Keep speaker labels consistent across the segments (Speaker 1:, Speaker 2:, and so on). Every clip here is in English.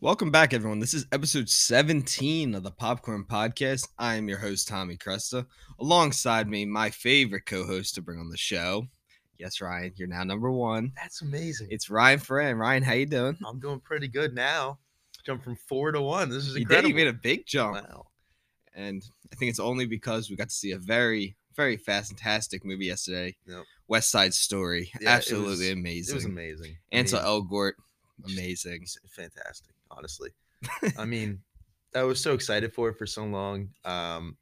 Speaker 1: Welcome back, everyone. This is episode 17 of the Popcorn Podcast. I am your host, Tommy Cresta. Alongside me, my favorite co host to bring on the show. Yes, Ryan, you're now number one.
Speaker 2: That's amazing.
Speaker 1: It's Ryan Ferrand. Ryan, how you doing?
Speaker 2: I'm doing pretty good now. Jumped from four to one. This is
Speaker 1: You did.
Speaker 2: incredible.
Speaker 1: You made a big jump.
Speaker 2: wow.
Speaker 1: And I think it's only because we got to see a very, very fantastic movie yesterday
Speaker 2: Yep.
Speaker 1: West Side Story.
Speaker 2: Yeah, it
Speaker 1: Absolutely
Speaker 2: was-
Speaker 1: amazing. oh.
Speaker 2: It was amazing.
Speaker 1: Ansel
Speaker 2: Amazing.
Speaker 1: Elgort, amazing.
Speaker 2: It's fantastic, honestly. I mean, I was so excited for it for so long. Um,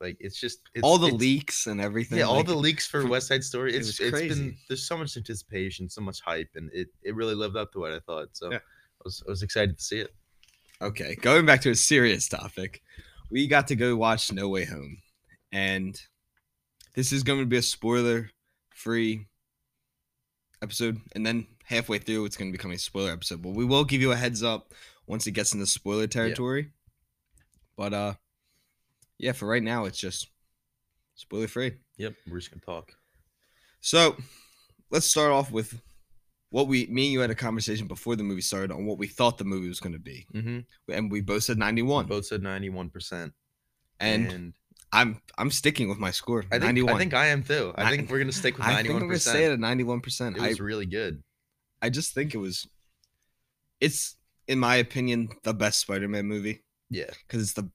Speaker 2: like it's just it's,
Speaker 1: all the
Speaker 2: it's-
Speaker 1: leaks and everything.
Speaker 2: Yeah, all
Speaker 1: like,
Speaker 2: the leaks for
Speaker 1: from-
Speaker 2: West Side Story.
Speaker 1: it
Speaker 2: It's
Speaker 1: was
Speaker 2: it's been
Speaker 1: crazy.
Speaker 2: there's so much anticipation, so much hype, and it, it really lived up to what I thought. So
Speaker 1: Yeah.
Speaker 2: I was I was excited to see it.
Speaker 1: Okay, going back to a serious topic, we got to go watch No Way Home, and this is going to be a spoiler-free episode. And then halfway through, it's going to become a spoiler episode. But we will give you a heads up once it gets into spoiler territory. But uh, yeah, for right now, it's just spoiler-free.
Speaker 2: Yep, we're just gonna talk.
Speaker 1: So let's start off with what we, me and you had a conversation before the movie started on what we thought the movie was going to be,
Speaker 2: Mm-hmm.
Speaker 1: and we both said ninety-one,
Speaker 2: Both said ninety one percent,
Speaker 1: and I'm I'm sticking with my score.
Speaker 2: I think
Speaker 1: 91.
Speaker 2: I think I am too. I
Speaker 1: Ni-
Speaker 2: think we're gonna stick with
Speaker 1: I
Speaker 2: ninety
Speaker 1: think I'm
Speaker 2: one
Speaker 1: gonna say it
Speaker 2: percent.
Speaker 1: at 91. percent
Speaker 2: It
Speaker 1: I
Speaker 2: was really good.
Speaker 1: I just think it was, it's in my opinion the best Spider-Man movie
Speaker 2: Yeah,
Speaker 1: because it's the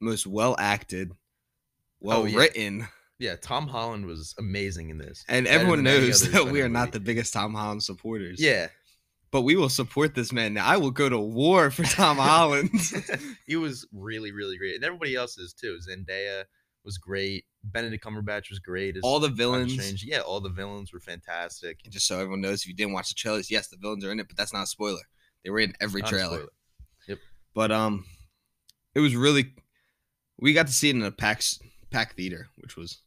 Speaker 1: most well acted, well
Speaker 2: Oh, yeah.
Speaker 1: written,
Speaker 2: yeah. Tom Holland was amazing in this,
Speaker 1: and
Speaker 2: Better
Speaker 1: everyone
Speaker 2: than any
Speaker 1: knows
Speaker 2: other
Speaker 1: that we are
Speaker 2: Spider-Man
Speaker 1: not the
Speaker 2: movie.
Speaker 1: biggest Tom Holland supporters.
Speaker 2: Yeah,
Speaker 1: but we will support this man. Now I will go to war for Tom Holland.
Speaker 2: he was really, really great, and everybody else is too. Zendaya was great. Benedict Cumberbatch was great. as
Speaker 1: All the
Speaker 2: Doctor
Speaker 1: villains.
Speaker 2: Strange. Yeah, all the villains were fantastic.
Speaker 1: And just so everyone knows, if you didn't watch the trailers, yes, the villains are in it, but that's not a spoiler. They were in every
Speaker 2: Not a
Speaker 1: trailer.
Speaker 2: spoiler.
Speaker 1: but um it was really we got to see it in a pack pack theater which was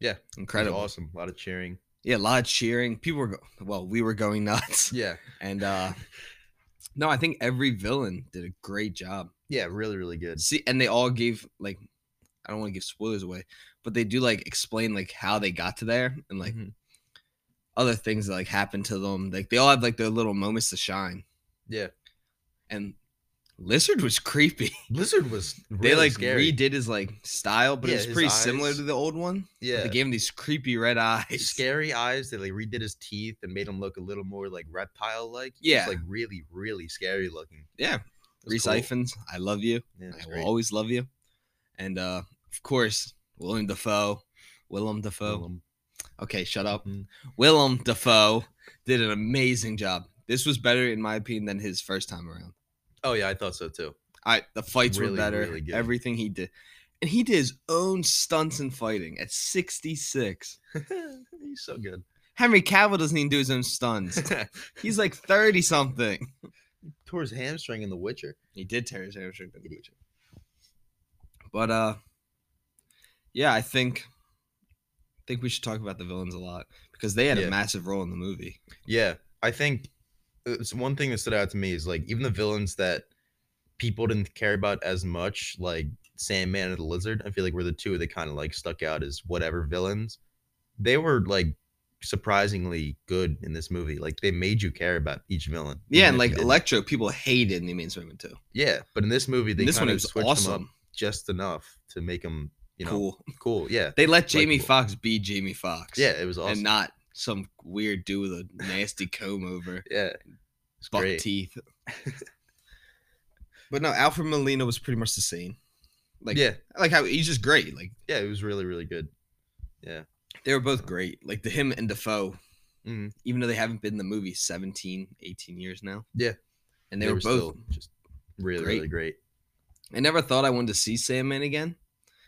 Speaker 2: Yeah, it It was
Speaker 1: incredible
Speaker 2: awesome. A lot of cheering.
Speaker 1: yeah a lot of cheering people were go- well we were going nuts
Speaker 2: Yeah,
Speaker 1: and uh no i think every villain did a great job
Speaker 2: yeah, really, really good.
Speaker 1: see and they all gave like i don't want to give spoilers away but they do like explain like how they got to there and like
Speaker 2: Mhm.
Speaker 1: other things that like happened to them like they all have like their little moments to shine
Speaker 2: yeah,
Speaker 1: and lizard was creepy
Speaker 2: Blizzard was really
Speaker 1: they like
Speaker 2: scary.
Speaker 1: redid his like style, but
Speaker 2: Yeah,
Speaker 1: it was
Speaker 2: his
Speaker 1: pretty similar
Speaker 2: eyes.
Speaker 1: to the old one. but
Speaker 2: yeah,
Speaker 1: They gave him these creepy red eyes.
Speaker 2: scary eyes. They like redid his teeth and made him look a little more like reptile like.
Speaker 1: Yeah.
Speaker 2: like really, really scary looking.
Speaker 1: Yeah.
Speaker 2: It was
Speaker 1: Reese
Speaker 2: cool.
Speaker 1: Ifans, I love you.
Speaker 2: Yeah, it was
Speaker 1: I will
Speaker 2: great.
Speaker 1: always love you. And uh of course, William Defoe. Willem Defoe.
Speaker 2: Willem.
Speaker 1: Okay, shut up.
Speaker 2: Mhm.
Speaker 1: Willem Defoe did an amazing job. This was better, in my opinion, than his first time around.
Speaker 2: Oh yeah, I thought so too.
Speaker 1: I the fights were
Speaker 2: Really,
Speaker 1: better.
Speaker 2: really good.
Speaker 1: Everything he did. And he did his own stunts and fighting at 66.
Speaker 2: He's so good.
Speaker 1: Henry Cavill doesn't even do his own stunts. He's like 30 something.
Speaker 2: Tore his hamstring in The Witcher.
Speaker 1: He did tear his hamstring. in the Witcher. But uh yeah, I think I think we should talk about the villains a lot because they had a
Speaker 2: Yeah.
Speaker 1: massive role in the movie.
Speaker 2: Yeah, I think uh, it's one thing that stood out to me is like even the villains that people didn't care about as much, like Sandman and the Lizard. I feel like were the two that kind of like stuck out as whatever villains. They were like surprisingly good in this movie. Like they made you care about each villain.
Speaker 1: Yeah,
Speaker 2: even
Speaker 1: and
Speaker 2: if you
Speaker 1: like
Speaker 2: didn't.
Speaker 1: Electro, people hated in the main Spider-Man 2.
Speaker 2: Yeah, but in this movie they
Speaker 1: And this one
Speaker 2: kind
Speaker 1: it
Speaker 2: of
Speaker 1: was
Speaker 2: switched them up
Speaker 1: awesome.
Speaker 2: just enough to make them, you know, cool.
Speaker 1: cool.
Speaker 2: Yeah,
Speaker 1: They let Jamie
Speaker 2: Likeable.
Speaker 1: Fox be Jamie Fox.
Speaker 2: yeah, it was awesome.
Speaker 1: And not some weird dude with a nasty comb over.
Speaker 2: yeah, it's
Speaker 1: buck
Speaker 2: great.
Speaker 1: teeth. but no, Alfred Molina was pretty much the same. Like
Speaker 2: yeah,
Speaker 1: I like how he's just great. Like
Speaker 2: yeah, it was really, really good.
Speaker 1: they were both great. Like the him and Defoe,
Speaker 2: Mhm.
Speaker 1: even though they haven't been in the movie 17, 18 years now.
Speaker 2: Yeah.
Speaker 1: And they, were, both
Speaker 2: still just really, really great.
Speaker 1: I never thought I wanted to see Sandman again,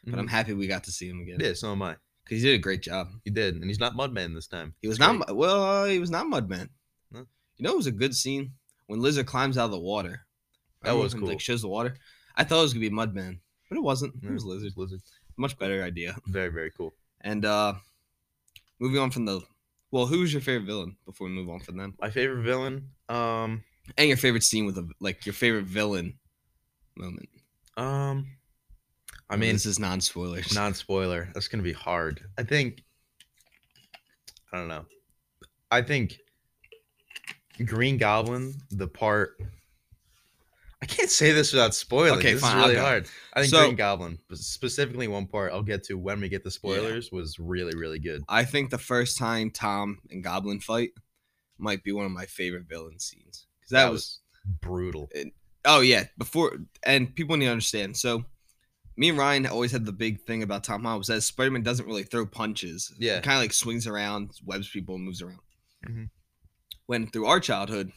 Speaker 1: but I'm
Speaker 2: Mhm.
Speaker 1: happy we got to see him again.
Speaker 2: yeah, so am I.
Speaker 1: Cuz he did a great job.
Speaker 2: He did, and he's not Mudman this time.
Speaker 1: He was
Speaker 2: It's
Speaker 1: not
Speaker 2: great.
Speaker 1: Mu- well, uh, he was not Mudman.
Speaker 2: No.
Speaker 1: You know it was a good scene when Lizard climbs out of the water.
Speaker 2: That
Speaker 1: Remember
Speaker 2: was
Speaker 1: when,
Speaker 2: cool.
Speaker 1: Like shows the water. I thought it was going to be Mudman, but it wasn't. It
Speaker 2: No,
Speaker 1: was Lizard.
Speaker 2: Lizard.
Speaker 1: Much better idea.
Speaker 2: Very, very cool.
Speaker 1: And uh moving on from the well, who's your favorite villain before we move on from them?
Speaker 2: My favorite villain. Um,
Speaker 1: And your favorite scene with a like your favorite villain moment.
Speaker 2: um, I
Speaker 1: Remember,
Speaker 2: mean,
Speaker 1: this is non spoilers.
Speaker 2: non spoiler. That's gonna be hard. I think. I don't know. I think Green Goblin, the part. I can't say this without spoiling.
Speaker 1: Okay,
Speaker 2: this
Speaker 1: fine,
Speaker 2: is
Speaker 1: I'll
Speaker 2: really
Speaker 1: go.
Speaker 2: hard. I think
Speaker 1: So-
Speaker 2: Green Goblin, specifically one part I'll get to when we get the spoilers, was really really good.
Speaker 1: I think the first time Tom and Goblin fight might be one of my favorite villain scenes because that, was
Speaker 2: brutal.
Speaker 1: Oh yeah, before and people need to understand. So, me and Ryan always had the big thing about Tom Holland was that Spider Man doesn't really throw punches.
Speaker 2: Yeah.
Speaker 1: kind of like swings around, webs people, and moves around.
Speaker 2: Mhm.
Speaker 1: When through our childhood,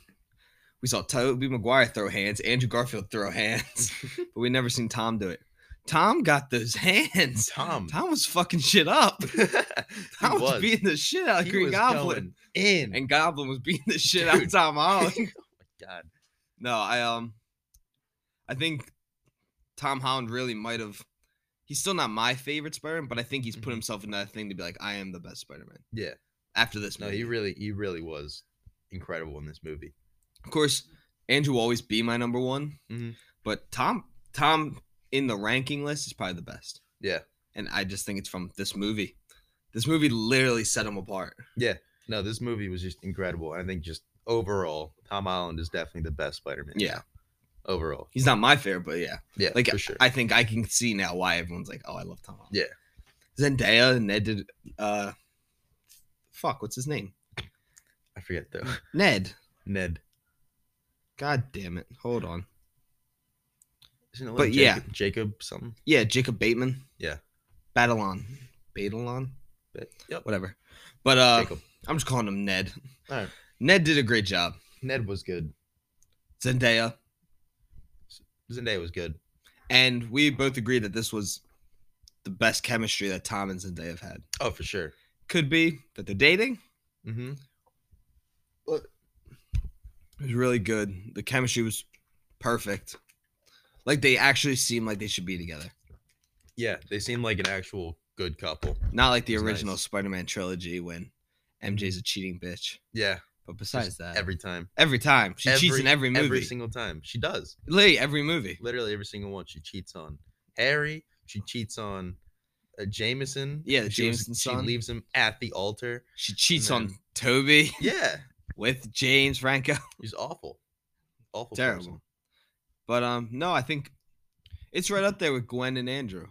Speaker 1: we saw Tobey Maguire throw hands, Andrew Garfield throw hands, but we never seen Tom do it. Tom got those hands.
Speaker 2: Tom.
Speaker 1: Tom was fucking shit up.
Speaker 2: he
Speaker 1: Tom was.
Speaker 2: was.
Speaker 1: beating the shit out of
Speaker 2: He
Speaker 1: Green
Speaker 2: was
Speaker 1: Goblin,
Speaker 2: going in.
Speaker 1: and Goblin was beating the shit out of
Speaker 2: Dude.
Speaker 1: Tom Holland.
Speaker 2: oh my god.
Speaker 1: No, I um, I think Tom Holland really might have. He's still not my favorite Spider-Man, but I think he's put
Speaker 2: Mhm.
Speaker 1: himself in that thing to be like, I am the best Spider-Man
Speaker 2: Yeah.
Speaker 1: after this.
Speaker 2: No,
Speaker 1: movie.
Speaker 2: he really he really was incredible in this movie.
Speaker 1: of course, Andrew will always be my number one,
Speaker 2: Mhm.
Speaker 1: but Tom, Tom in the ranking list is probably the best,
Speaker 2: Yeah.
Speaker 1: and I just think it's from this movie. This movie literally set him apart.
Speaker 2: No, this movie was just incredible. I think just overall, Tom Holland is definitely the best Spider-Man.
Speaker 1: Yeah.
Speaker 2: Overall.
Speaker 1: He's not my favorite, but yeah,
Speaker 2: Yeah.
Speaker 1: like
Speaker 2: for sure.
Speaker 1: I think I can see now why everyone's like, oh, I love Tom. Holland.
Speaker 2: Yeah.
Speaker 1: Zendaya and Ned did. Uh, fuck, what's his name?
Speaker 2: I forget though.
Speaker 1: Ned.
Speaker 2: Ned.
Speaker 1: God damn it. Hold on.
Speaker 2: Isn't it
Speaker 1: But
Speaker 2: like
Speaker 1: yeah.
Speaker 2: Jacob, Jacob something?
Speaker 1: Yeah, Jacob Bateman.
Speaker 2: Yeah.
Speaker 1: Batalon. Batalon?
Speaker 2: But yep.
Speaker 1: Whatever. But uh
Speaker 2: Jacob.
Speaker 1: I'm just calling him Ned.
Speaker 2: Alright.
Speaker 1: Ned did a great job.
Speaker 2: Ned was good.
Speaker 1: Zendaya.
Speaker 2: Zendaya was good.
Speaker 1: And we both agree that this was the best chemistry that Tom and Zendaya have had.
Speaker 2: Oh, for sure.
Speaker 1: Could be that they're dating.
Speaker 2: Mm-hmm.
Speaker 1: It was really good. The chemistry was perfect. Like they actually seem like they should be together.
Speaker 2: Yeah, they seem like an actual good couple.
Speaker 1: Not like the
Speaker 2: It's
Speaker 1: original
Speaker 2: nice. Mm-hmm.
Speaker 1: Spider-Man trilogy when MJ's a cheating bitch.
Speaker 2: Yeah,
Speaker 1: But besides that,
Speaker 2: every time,
Speaker 1: Every time. She cheats in every movie.
Speaker 2: every single time she does.
Speaker 1: Literally every movie.
Speaker 2: Literally every single one she cheats on Harry. She cheats on uh, Jameson.
Speaker 1: Yeah, the
Speaker 2: she was-
Speaker 1: Jameson
Speaker 2: She
Speaker 1: son.
Speaker 2: leaves him at the altar.
Speaker 1: She cheats
Speaker 2: And
Speaker 1: on Toby
Speaker 2: Yeah,
Speaker 1: with James Franco.
Speaker 2: he's awful, awful,
Speaker 1: Terrible.
Speaker 2: person.
Speaker 1: But um no, I think it's right up there with Gwen and Andrew.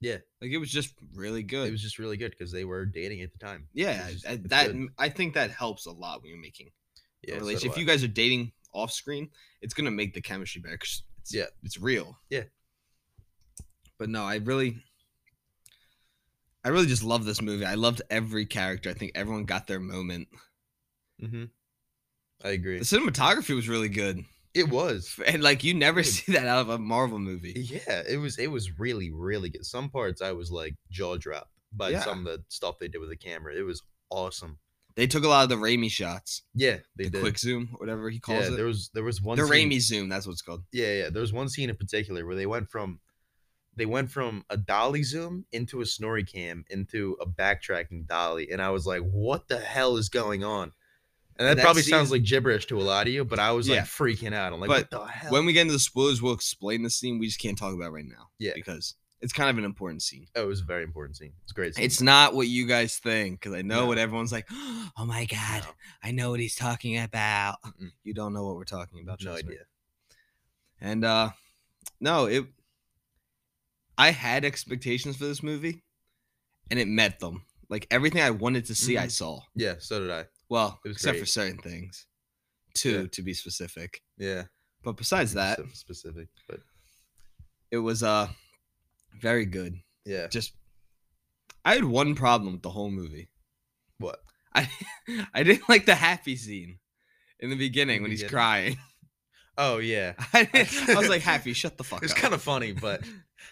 Speaker 2: Yeah.
Speaker 1: Like it was just really good.
Speaker 2: It was just really good because they were dating at the time.
Speaker 1: yeah,
Speaker 2: it's just-
Speaker 1: I-
Speaker 2: it's
Speaker 1: that
Speaker 2: good.
Speaker 1: I think that helps a lot when you're making
Speaker 2: Yeah,
Speaker 1: a
Speaker 2: so
Speaker 1: relationship.
Speaker 2: do
Speaker 1: if
Speaker 2: I.
Speaker 1: you guys are dating off screen, it's gonna make the chemistry better 'cause it's
Speaker 2: Yeah.
Speaker 1: it's real.
Speaker 2: Yeah.
Speaker 1: But no, I really I really just love this movie. I loved every character. I think everyone got their moment. Mm-hmm.
Speaker 2: Mhm. I agree.
Speaker 1: The cinematography was really good,
Speaker 2: It was.
Speaker 1: and like you never
Speaker 2: Dude.
Speaker 1: see that out of a Marvel movie.
Speaker 2: Yeah, it was it was really really good. Some parts I was like jaw dropped by
Speaker 1: Yeah.
Speaker 2: some of the stuff they did with the camera. It was awesome.
Speaker 1: They took a lot of the Raimi shots,
Speaker 2: Yeah, they
Speaker 1: the
Speaker 2: did.
Speaker 1: quick zoom, whatever he calls
Speaker 2: yeah, there
Speaker 1: it,
Speaker 2: was there was one
Speaker 1: the
Speaker 2: scene,
Speaker 1: Raimi zoom. That's what it's called.
Speaker 2: Yeah, yeah, there was one scene in particular where they went from they went from a dolly zoom into a snorri cam into a backtracking dolly, and I was like, "What the hell is going on?" And that,
Speaker 1: That
Speaker 2: probably
Speaker 1: scene-
Speaker 2: sounds like gibberish to a lot of you, but I was
Speaker 1: Yeah.
Speaker 2: like freaking out. I'm like,
Speaker 1: But
Speaker 2: "What the hell?"
Speaker 1: When we get into the spoilers, we'll explain the scene. We just can't talk about it right now.
Speaker 2: Yeah.
Speaker 1: because it's kind of an important scene.
Speaker 2: oh, it was a very important scene. It's a great. Scene.
Speaker 1: It's not what you guys think, because I know
Speaker 2: No.
Speaker 1: what everyone's like. Oh my god,
Speaker 2: No.
Speaker 1: I know what he's talking about.
Speaker 2: Mm-mm.
Speaker 1: You don't know what we're talking about.
Speaker 2: no
Speaker 1: trust me.
Speaker 2: idea.
Speaker 1: And uh no, it I had expectations for this movie and it met them. Like everything I wanted to see, I
Speaker 2: Mhm.
Speaker 1: saw.
Speaker 2: Yeah, so did I.
Speaker 1: Well,
Speaker 2: It was
Speaker 1: except for
Speaker 2: great.
Speaker 1: certain things. Two
Speaker 2: Yeah.
Speaker 1: to be specific.
Speaker 2: Yeah.
Speaker 1: But besides that,
Speaker 2: spe- specific, but
Speaker 1: it was uh very good.
Speaker 2: yeah.
Speaker 1: Just I had one problem with the whole movie.
Speaker 2: What?
Speaker 1: I I didn't like the happy scene in the beginning when he's
Speaker 2: beginning?
Speaker 1: crying.
Speaker 2: Oh yeah.
Speaker 1: I, didn't- I was like, happy, shut the fuck
Speaker 2: It's
Speaker 1: up.
Speaker 2: kind of funny, but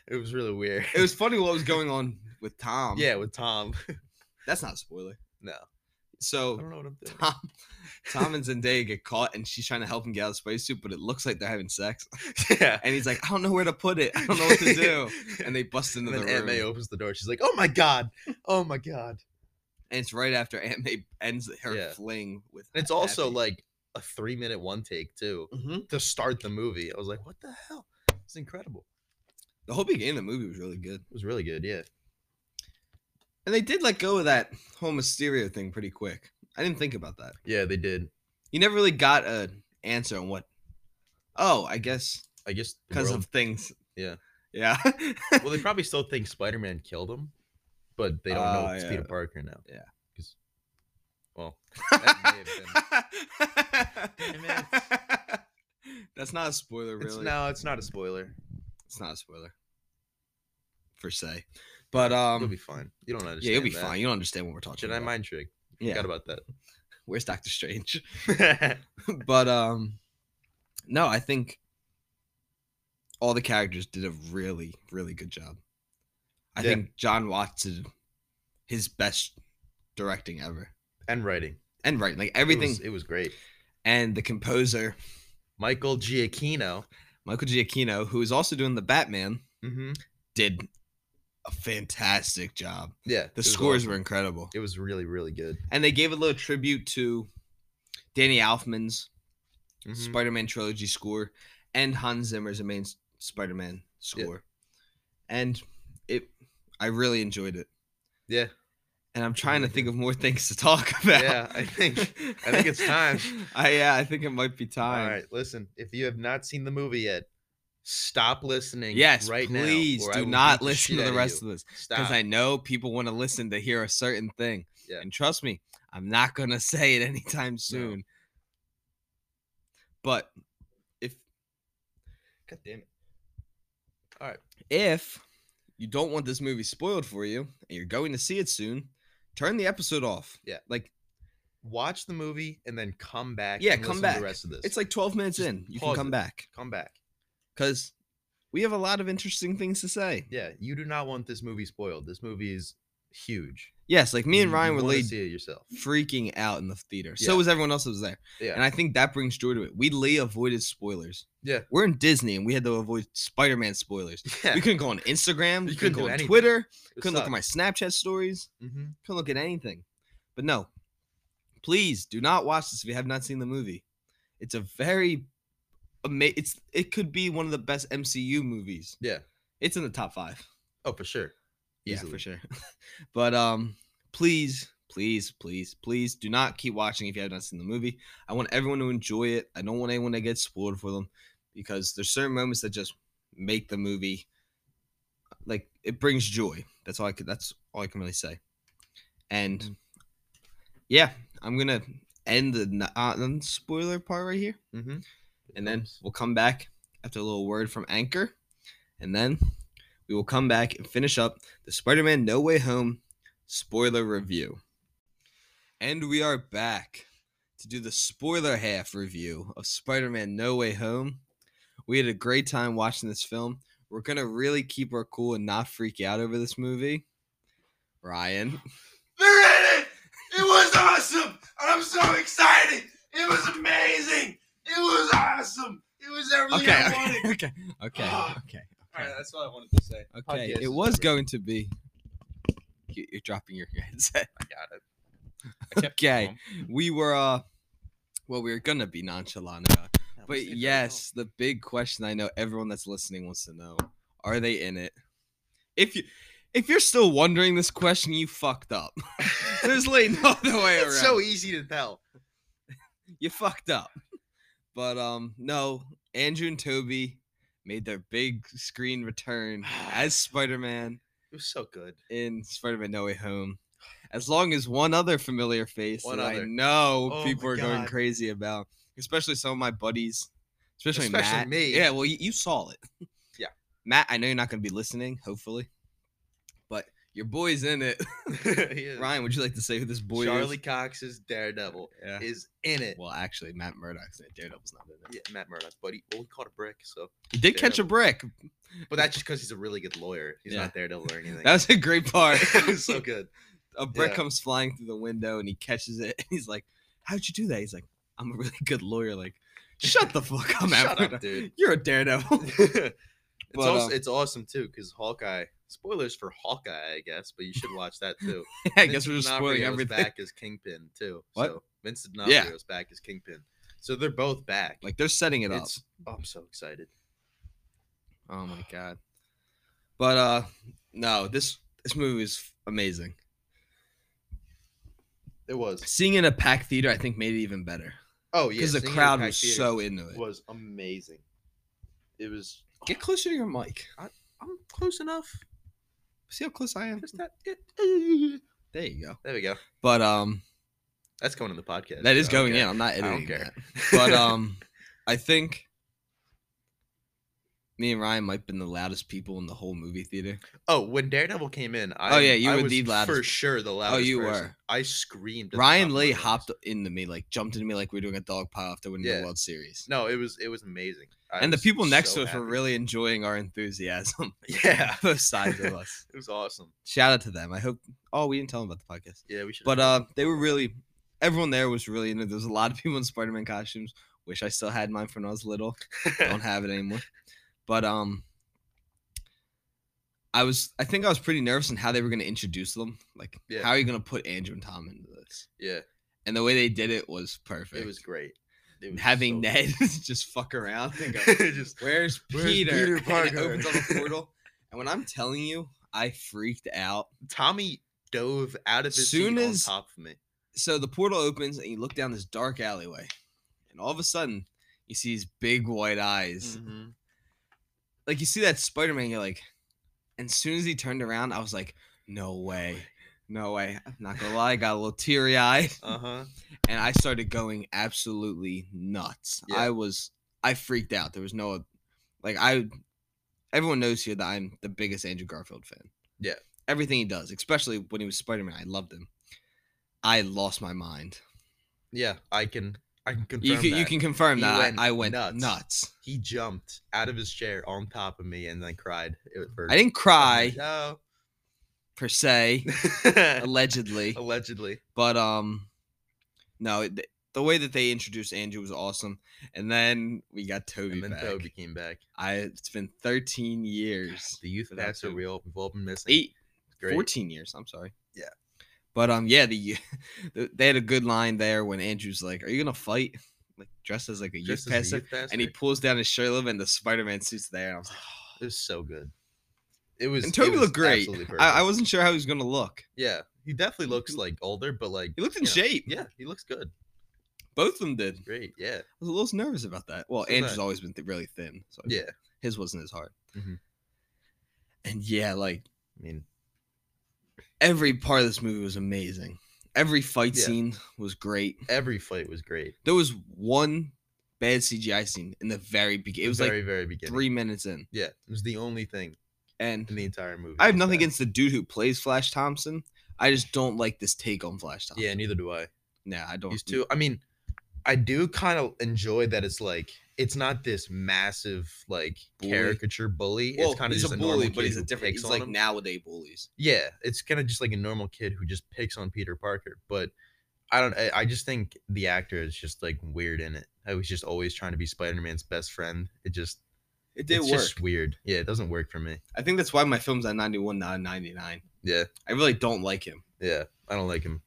Speaker 2: it was really weird.
Speaker 1: it was funny what was going on with Tom.
Speaker 2: yeah, with Tom.
Speaker 1: That's not a spoiler.
Speaker 2: No, I
Speaker 1: So
Speaker 2: don't know what I'm doing.
Speaker 1: Tom, Tom and Zendaya get caught, and she's trying to help him get out of the spacesuit, but it looks like they're having sex.
Speaker 2: yeah.
Speaker 1: And he's like, I don't know where to put it. I don't know what to do. And they bust into
Speaker 2: And then
Speaker 1: the room,
Speaker 2: Aunt May opens the door. She's like, "Oh my god, oh my god!"
Speaker 1: and it's right after Aunt May ends her
Speaker 2: Yeah.
Speaker 1: fling with.
Speaker 2: And it's also like a three-minute one take too
Speaker 1: hmm
Speaker 2: to start the movie. I was like, "What the hell?" It's incredible.
Speaker 1: the whole beginning of the movie was really good,
Speaker 2: It was really good. Yeah.
Speaker 1: and they did let go of that whole Mysterio thing pretty quick. I didn't think about that.
Speaker 2: Yeah, they did.
Speaker 1: You never really got an answer on what Oh, I guess
Speaker 2: I guess the
Speaker 1: because
Speaker 2: world-
Speaker 1: of things.
Speaker 2: Yeah.
Speaker 1: Yeah.
Speaker 2: well, they probably still think Spider Man killed him, but they don't know
Speaker 1: Ah,
Speaker 2: it's
Speaker 1: yeah.
Speaker 2: Peter Parker now.
Speaker 1: Yeah.
Speaker 2: Because, well, that may have been-
Speaker 1: That's not a spoiler, really.
Speaker 2: it's no, it's not a spoiler.
Speaker 1: It's not a spoiler. Per se. But um
Speaker 2: you'll be fine. You don't understand.
Speaker 1: yeah, you'll be
Speaker 2: that.
Speaker 1: fine. You don't understand what we're talking
Speaker 2: Jedi
Speaker 1: about.
Speaker 2: mind trick.
Speaker 1: yeah.
Speaker 2: Forgot about
Speaker 1: Where's Doctor Strange?
Speaker 2: that.
Speaker 1: but um no, I think all the characters did a really, really good job. I
Speaker 2: Yeah.
Speaker 1: think John Watts did his best directing ever.
Speaker 2: and writing.
Speaker 1: And right, like
Speaker 2: It was-
Speaker 1: everything
Speaker 2: It was, great.
Speaker 1: and the composer,
Speaker 2: Michael Giacchino.
Speaker 1: Michael Giacchino, who is also doing the Batman,
Speaker 2: Mm-hmm.
Speaker 1: did a fantastic job.
Speaker 2: Yeah. it
Speaker 1: The
Speaker 2: was
Speaker 1: scores
Speaker 2: awesome.
Speaker 1: were incredible.
Speaker 2: It was really, really good.
Speaker 1: And they gave a little tribute to Danny Elfman's
Speaker 2: Mhm.
Speaker 1: Spider-Man trilogy score and Hans Zimmer's main s- Spider-Man score. And it I really enjoyed it.
Speaker 2: yeah.
Speaker 1: And I'm trying to
Speaker 2: really
Speaker 1: think of more things to talk about.
Speaker 2: Yeah, I think- I think it's time.
Speaker 1: I yeah, I think it might be time.
Speaker 2: All right. Listen, if you have not seen the movie yet, stop listening.
Speaker 1: Yes,
Speaker 2: right now.
Speaker 1: please
Speaker 2: or I will
Speaker 1: do
Speaker 2: beat
Speaker 1: not
Speaker 2: the
Speaker 1: listen
Speaker 2: shit
Speaker 1: to
Speaker 2: out
Speaker 1: the
Speaker 2: of
Speaker 1: rest
Speaker 2: you.
Speaker 1: of this because
Speaker 2: Stop.
Speaker 1: I know people want to listen to hear a certain thing.
Speaker 2: Yeah.
Speaker 1: And trust me, I'm not going to say it anytime soon. But if
Speaker 2: God damn it.
Speaker 1: if you don't want this movie spoiled for you and you're going to see it soon, turn the episode off.
Speaker 2: Yeah.
Speaker 1: Like
Speaker 2: Watch the movie and then come back.
Speaker 1: Yeah,
Speaker 2: and
Speaker 1: come
Speaker 2: listen To
Speaker 1: back.
Speaker 2: the rest of this.
Speaker 1: it's like 12 minutes
Speaker 2: Just
Speaker 1: in, you can
Speaker 2: pause
Speaker 1: come
Speaker 2: it.
Speaker 1: back
Speaker 2: come back.
Speaker 1: cuz we have a lot of interesting things to say.
Speaker 2: Yeah, you do not want this movie spoiled. This movie is huge.
Speaker 1: Yes, like me and
Speaker 2: You-
Speaker 1: Ryan
Speaker 2: you
Speaker 1: were
Speaker 2: wanna
Speaker 1: laid
Speaker 2: See it yourself.
Speaker 1: freaking out in the theater.
Speaker 2: Yeah.
Speaker 1: So was everyone else that was there.
Speaker 2: Yeah.
Speaker 1: And I think that brings joy to it. We Lee avoided spoilers.
Speaker 2: Yeah.
Speaker 1: We're in Disney and we had to avoid Spider Man spoilers.
Speaker 2: yeah.
Speaker 1: We couldn't go on Instagram.
Speaker 2: You
Speaker 1: We couldn't
Speaker 2: couldn't do
Speaker 1: go on
Speaker 2: anything.
Speaker 1: Twitter. Couldn't look at my Snapchat stories.
Speaker 2: hmm
Speaker 1: Couldn't look at anything. But no, please do not watch this if you have not seen the movie. It's a very ama- it's it could be one of the best MCU movies.
Speaker 2: Yeah.
Speaker 1: It's in the top five.
Speaker 2: Oh, for sure.
Speaker 1: Yeah,
Speaker 2: Easily.
Speaker 1: for sure. but um, please, please, please, please do not keep watching if you have not seen the movie. I want everyone to enjoy it. I don't want anyone to get spoiled for them because there's certain moments that just make the movie like it brings joy. That's all I could. That's all I can really say. And yeah, I'm gonna end the non spoiler part right here,
Speaker 2: Mm-hmm.
Speaker 1: and then we'll come back after a little word from Anchor, and then we will come back and finish up the Spider Man No Way Home spoiler review. And we are back to do the spoiler half review of Spider Man No Way Home. We had a great time watching this film. We're going to really keep our cool and not freak out over this movie. Ryan.
Speaker 3: They're in it! It was awesome! I'm so excited! It was amazing! It was awesome! It was everything I wanted!
Speaker 1: okay, okay, okay.
Speaker 3: Alright, that's all I wanted to say.
Speaker 1: Okay,
Speaker 2: Podcast
Speaker 1: it
Speaker 2: is
Speaker 1: was
Speaker 2: over.
Speaker 1: going to be. You- You're dropping your your headset.
Speaker 2: I got it.
Speaker 1: Okay, we were uh, well, we were gonna be nonchalant about, it.
Speaker 2: I
Speaker 1: but
Speaker 2: was thinking,
Speaker 1: yes, the big question I know everyone that's listening wants to know: Are they in it? If you, if you're still wondering this question, you fucked up.
Speaker 2: oh.
Speaker 1: There's like no other way around.
Speaker 2: it's so e- easy to tell.
Speaker 1: you fucked up. But um, no, Andrew and Toby made their big screen return as Spider-Man.
Speaker 2: It was so good.
Speaker 1: in Spider-Man No Way Home. As long as one other familiar face
Speaker 2: One
Speaker 1: that I
Speaker 2: other.
Speaker 1: know
Speaker 2: Oh
Speaker 1: people
Speaker 2: my
Speaker 1: are going
Speaker 2: God.
Speaker 1: crazy about, especially some of my buddies, especially,
Speaker 2: Especially
Speaker 1: Matt.
Speaker 2: me.
Speaker 1: Yeah, well, you, you saw it.
Speaker 2: Yeah.
Speaker 1: Matt, I know you're not going to be listening, hopefully, but your boy's in it.
Speaker 2: Yeah.
Speaker 1: Ryan, would you like to say who this boy
Speaker 2: Charlie
Speaker 1: is?
Speaker 2: Cox's Daredevil
Speaker 1: Yeah.
Speaker 2: is in it.
Speaker 1: Well, actually, Matt Murdock's in it. Daredevil's not in it.
Speaker 2: Yeah, Matt Murdock, buddy. Well, he caught a brick, so.
Speaker 1: He did catch a brick.
Speaker 2: But that's just because he's a really good lawyer. He's
Speaker 1: Yeah.
Speaker 2: not Daredevil or anything.
Speaker 1: That was a great part.
Speaker 2: it was so good.
Speaker 1: a brick
Speaker 2: Yeah.
Speaker 1: comes flying through the window and he catches it and he's like, How'd you do that? He's like, I'm a really good lawyer. Like, shut the fuck up, Matt
Speaker 2: Shut up,
Speaker 1: Murdock.
Speaker 2: dude.
Speaker 1: You're a daredevil.
Speaker 2: it's
Speaker 1: But,
Speaker 2: also,
Speaker 1: um,
Speaker 2: it's awesome too because Hawkeye. Spoilers for Hawkeye, I guess, but you should watch that too.
Speaker 1: I guess
Speaker 2: Vincent
Speaker 1: we're just
Speaker 2: D'Onofrio
Speaker 1: spoiling
Speaker 2: is
Speaker 1: everything.
Speaker 2: Back as Kingpin too.
Speaker 1: What?
Speaker 2: So Vincent
Speaker 1: Yeah.
Speaker 2: D'Onofrio is back as Kingpin. So they're both back.
Speaker 1: Like they're setting it
Speaker 2: it's. Oh, I'm so excited.
Speaker 1: up. Oh my god. But uh no, this this movie is amazing.
Speaker 2: It was.
Speaker 1: Seeing it in a packed theater, I think made it even better.
Speaker 2: Oh yeah,
Speaker 1: because the
Speaker 2: seeing it at
Speaker 1: crowd
Speaker 2: PAX
Speaker 1: was
Speaker 2: theaters
Speaker 1: so into it.
Speaker 2: was amazing. It was.
Speaker 1: Get closer to your mic.
Speaker 2: I'm close enough.
Speaker 1: See how close I am.
Speaker 2: Just that.
Speaker 1: There you go.
Speaker 2: There we go.
Speaker 1: But um,
Speaker 2: That's going in the podcast.
Speaker 1: that is
Speaker 2: so I don't
Speaker 1: going in.
Speaker 2: care.
Speaker 1: I'm not
Speaker 2: I don't
Speaker 1: editing
Speaker 2: care.
Speaker 1: that. But um, I think me and Ryan might have been the loudest people in the whole movie theater.
Speaker 2: oh, when Daredevil came in, I,
Speaker 1: Oh, yeah, you
Speaker 2: I
Speaker 1: were
Speaker 2: was
Speaker 1: the
Speaker 2: for
Speaker 1: loudest. Oh,
Speaker 2: sure the loudest.
Speaker 1: you
Speaker 2: person.
Speaker 1: were.
Speaker 2: I screamed. at the top
Speaker 1: Ryan
Speaker 2: of my
Speaker 1: Lee
Speaker 2: lungs.
Speaker 1: hopped into me, like jumped into me, like we are doing a dog pile after winning
Speaker 2: Yeah.
Speaker 1: the World Series.
Speaker 2: No, it was it was amazing. I
Speaker 1: and the
Speaker 2: was
Speaker 1: people next
Speaker 2: so
Speaker 1: to us were
Speaker 2: happy.
Speaker 1: really enjoying our enthusiasm.
Speaker 2: yeah.
Speaker 1: both sides of us.
Speaker 2: It was awesome.
Speaker 1: Shout out to them. I hope. Oh, we didn't tell them about the podcast.
Speaker 2: Yeah, we should.
Speaker 1: But uh, they were really. Everyone there was really into. it. There was a lot of people in Spider-Man costumes. Wish I still had mine from when I was little. Don't have it anymore. But um, I was. I think I was pretty nervous on how they were going to introduce them. Like,
Speaker 2: Yeah.
Speaker 1: how are you going to put Andrew and Tom into this?
Speaker 2: yeah,
Speaker 1: And the way they did it was perfect.
Speaker 2: it was great. It was
Speaker 1: having
Speaker 2: so
Speaker 1: Ned just fuck around and go,
Speaker 2: good. Just-
Speaker 1: Where's
Speaker 2: Where's
Speaker 1: Peter?
Speaker 2: Peter
Speaker 1: And it
Speaker 2: Parker?
Speaker 1: opens up a portal. And when I'm telling you, I freaked out.
Speaker 2: Tommy dove out of his
Speaker 1: Soon
Speaker 2: seat
Speaker 1: as-
Speaker 2: on top of me.
Speaker 1: So the portal opens and you look down this dark alleyway. And all of a sudden, you see these big white
Speaker 2: Mm.
Speaker 1: eyes. Like you see that Spider Man, you're like, and as soon as he turned around, I was like, no way. No way. I'm not going to lie. I got a little teary eyed.
Speaker 2: Uh huh.
Speaker 1: And I started going absolutely nuts.
Speaker 2: Yeah.
Speaker 1: I was, I freaked out. There was no, like, I, everyone knows here that I'm the biggest Andrew Garfield fan.
Speaker 2: Yeah.
Speaker 1: Everything he does, especially when he was Spider Man, I loved him. I lost my mind.
Speaker 2: Yeah, I can. I can confirm
Speaker 1: You can, you
Speaker 2: that.
Speaker 1: can confirm
Speaker 2: He
Speaker 1: that I-
Speaker 2: went
Speaker 1: I went
Speaker 2: nuts.
Speaker 1: nuts.
Speaker 2: He jumped out of his chair on top of me and then cried. It- for-
Speaker 1: I didn't
Speaker 2: I'm
Speaker 1: cry
Speaker 2: like, No.
Speaker 1: per se, allegedly,
Speaker 2: Allegedly.
Speaker 1: but um, no, it, the way that they introduced Andrew was awesome, and then we got Toby
Speaker 2: And then
Speaker 1: back.
Speaker 2: Toby came back.
Speaker 1: I it's been 13 years,
Speaker 2: The youth
Speaker 1: Without
Speaker 2: paths are
Speaker 1: Toby.
Speaker 2: real. We've all been missing.
Speaker 1: eight,
Speaker 2: It's great.
Speaker 1: 14 years. I'm sorry.
Speaker 2: Yeah.
Speaker 1: but um, yeah, the the- they had a good line there when Andrew's like, "Are you gonna fight?" Like dressed as like a youth
Speaker 2: Just as a
Speaker 1: pastor,
Speaker 2: youth pastor.
Speaker 1: and he pulls down his shirt a little, bit and the Spider Man suit's there. And I was like,
Speaker 2: It was so good. It was.
Speaker 1: and
Speaker 2: it
Speaker 1: Toby
Speaker 2: was
Speaker 1: looked great.
Speaker 2: absolutely
Speaker 1: I, I
Speaker 2: perfect.
Speaker 1: wasn't sure how he was gonna look.
Speaker 2: Yeah, he definitely looks like older, but like
Speaker 1: He looked in
Speaker 2: you know,
Speaker 1: shape.
Speaker 2: Yeah, he looks good.
Speaker 1: Both of them did. I
Speaker 2: Great. Yeah.
Speaker 1: was a little nervous about that. Well,
Speaker 2: So was
Speaker 1: Andrew's
Speaker 2: I.
Speaker 1: always been th- really thin, so
Speaker 2: Yeah.
Speaker 1: his wasn't as hard.
Speaker 2: Mhm.
Speaker 1: And yeah, like
Speaker 2: I mean,
Speaker 1: every part of this movie was amazing. Every fight
Speaker 2: Yeah.
Speaker 1: scene was great.
Speaker 2: every fight was great.
Speaker 1: There was one bad CGI scene in the very beginning. It was
Speaker 2: very
Speaker 1: like
Speaker 2: very beginning.
Speaker 1: three minutes in,
Speaker 2: Yeah, it was the only thing
Speaker 1: and
Speaker 2: in the entire movie.
Speaker 1: I have
Speaker 2: was
Speaker 1: nothing
Speaker 2: that.
Speaker 1: against the dude who plays Flash Thompson. I just don't like this take on Flash Thompson.
Speaker 2: Yeah, neither do I.
Speaker 1: nah, I don't.
Speaker 2: These two. I mean, I do kind of enjoy that it's like it's not this massive like
Speaker 1: Bully.
Speaker 2: caricature bully.
Speaker 1: Well,
Speaker 2: it's kind of
Speaker 1: he's
Speaker 2: just
Speaker 1: a
Speaker 2: normal
Speaker 1: bully,
Speaker 2: kid
Speaker 1: but he's a
Speaker 2: who
Speaker 1: different.
Speaker 2: picks
Speaker 1: He's
Speaker 2: on
Speaker 1: like
Speaker 2: him.
Speaker 1: nowadays bullies.
Speaker 2: Yeah, it's kind of just like a normal kid who just picks on Peter Parker. But I don't. I, I just think the actor is just like weird in it. I was just always trying to be Spider Man's best friend. It just
Speaker 1: It did
Speaker 2: it's
Speaker 1: work.
Speaker 2: just weird. Yeah, it doesn't work for me.
Speaker 1: I think that's why my film's at 91, not a 99.
Speaker 2: Yeah,
Speaker 1: I really don't like him.
Speaker 2: yeah. I don't like him.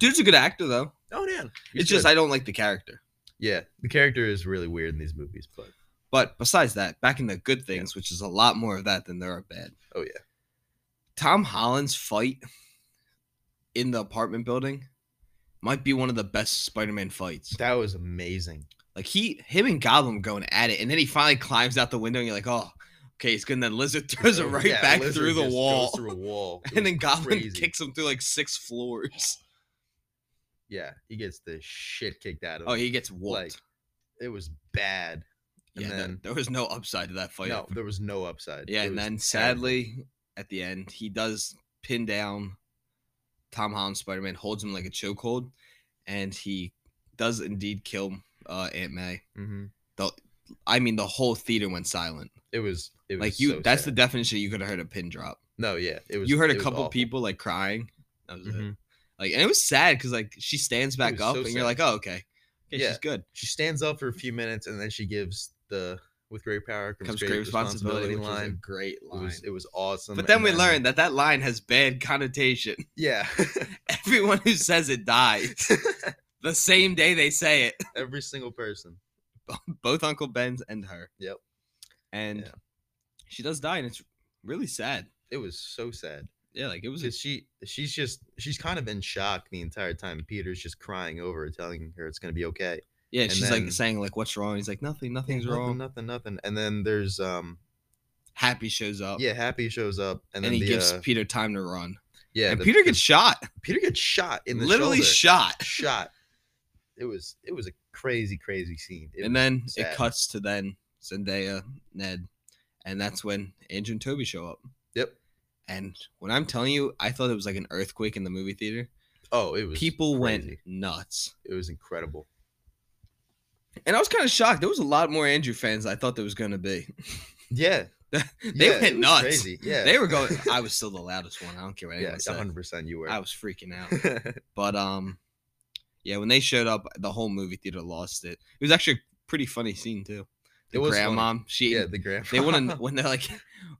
Speaker 1: Dude's a good actor though.
Speaker 2: Oh yeah,
Speaker 1: it's just I don't like the character.
Speaker 2: yeah. The character is really weird in these movies, but
Speaker 1: But besides that, back in the good things, which is a lot more of that than there are bad.
Speaker 2: oh yeah,
Speaker 1: Tom Holland's fight in the apartment building might be one of the best Spider-Man fights.
Speaker 2: that was amazing.
Speaker 1: Like he, him and Goblin going at it, and then he finally climbs out the window, and you're like, oh, okay, it's good. And then Lizard throws it
Speaker 2: Oh,
Speaker 1: right
Speaker 2: yeah,
Speaker 1: back
Speaker 2: Lizard
Speaker 1: through the
Speaker 2: just goes
Speaker 1: wall,
Speaker 2: through a wall, It
Speaker 1: and
Speaker 2: was
Speaker 1: then Goblin
Speaker 2: crazy.
Speaker 1: kicks him through like six floors.
Speaker 2: Yeah, he gets the shit kicked out of him.
Speaker 1: Oh, he gets whooped.
Speaker 2: Like, it was bad.
Speaker 1: yeah,
Speaker 2: and
Speaker 1: no-
Speaker 2: then-
Speaker 1: there was no upside to that fight.
Speaker 2: No, there was no upside.
Speaker 1: Yeah,
Speaker 2: It
Speaker 1: and
Speaker 2: was
Speaker 1: then
Speaker 2: terrible.
Speaker 1: sadly at the end, he does pin down Tom Holland Spider Man, holds him like a chokehold, and he does indeed kill uh, Aunt May.
Speaker 2: Mhm.
Speaker 1: I mean, the whole theater went silent.
Speaker 2: it was it was
Speaker 1: Like you,
Speaker 2: so
Speaker 1: that's
Speaker 2: sad.
Speaker 1: the definition. You could have heard a pin drop.
Speaker 2: No, yeah, it was.
Speaker 1: you heard
Speaker 2: it
Speaker 1: a
Speaker 2: was
Speaker 1: couple
Speaker 2: awful.
Speaker 1: people like crying. That was it.
Speaker 2: Mhm.
Speaker 1: Like, and it was sad because like she stands back
Speaker 2: was
Speaker 1: up,
Speaker 2: so
Speaker 1: and you're
Speaker 2: sad.
Speaker 1: like, oh okay, okay,
Speaker 2: Yeah.
Speaker 1: she's good.
Speaker 2: She stands up for a few minutes and then she gives the "With great power comes,
Speaker 1: Comes great responsibility, which was a
Speaker 2: line.
Speaker 1: great
Speaker 2: It
Speaker 1: line.
Speaker 2: was it was awesome.
Speaker 1: but then
Speaker 2: and
Speaker 1: we learned that that line has bad connotation.
Speaker 2: yeah,
Speaker 1: Everyone who says it dies the same day they say it.
Speaker 2: every single person.
Speaker 1: Both Uncle Ben's and her.
Speaker 2: Yep.
Speaker 1: And
Speaker 2: Yeah.
Speaker 1: she does die, and it's really sad.
Speaker 2: It was so sad.
Speaker 1: Yeah, like it was. a-
Speaker 2: 'Cause she she's just she's kind of in shock the entire time. Peter's just crying over, her, telling her it's gonna be okay.
Speaker 1: Yeah,
Speaker 2: And
Speaker 1: she's
Speaker 2: then-
Speaker 1: like saying like, "What's wrong?" He's like, "Nothing, nothing's
Speaker 2: nothing,
Speaker 1: wrong."
Speaker 2: Nothing, nothing. And then there's um
Speaker 1: Happy shows up.
Speaker 2: yeah, Happy shows up and,
Speaker 1: Oh. and,
Speaker 2: then
Speaker 1: he
Speaker 2: the,
Speaker 1: gives
Speaker 2: uh,
Speaker 1: Peter time to run.
Speaker 2: yeah,
Speaker 1: and
Speaker 2: the-
Speaker 1: Peter
Speaker 2: the-
Speaker 1: gets shot,
Speaker 2: Peter gets shot in the
Speaker 1: literally
Speaker 2: shoulder.
Speaker 1: shot.
Speaker 2: shot. It was it was a crazy crazy scene. It
Speaker 1: and
Speaker 2: was
Speaker 1: then
Speaker 2: sad.
Speaker 1: it cuts to then Zendaya, Ned, and that's when Andrew and Toby show up.
Speaker 2: yep.
Speaker 1: And when I'm telling you, I thought it was like an earthquake in the movie theater.
Speaker 2: Oh, it was
Speaker 1: People went
Speaker 2: crazy.
Speaker 1: nuts,
Speaker 2: It was incredible.
Speaker 1: and I was kind of shocked. There was a lot more Andrew fans I thought there was gonna be.
Speaker 2: Yeah,
Speaker 1: they
Speaker 2: yeah, it
Speaker 1: went
Speaker 2: was
Speaker 1: nuts.
Speaker 2: Crazy. Yeah,
Speaker 1: They were going. I was still the loudest one. I don't care what
Speaker 2: yeah,
Speaker 1: anyone said.
Speaker 2: one hundred percent. You were.
Speaker 1: I
Speaker 2: I
Speaker 1: was freaking out. But um, yeah, when they showed up, the whole movie theater lost it. It was actually a pretty funny scene too. The
Speaker 2: It was funny.
Speaker 1: grandma, she
Speaker 2: yeah, the grandpa.
Speaker 1: they want to when they're like,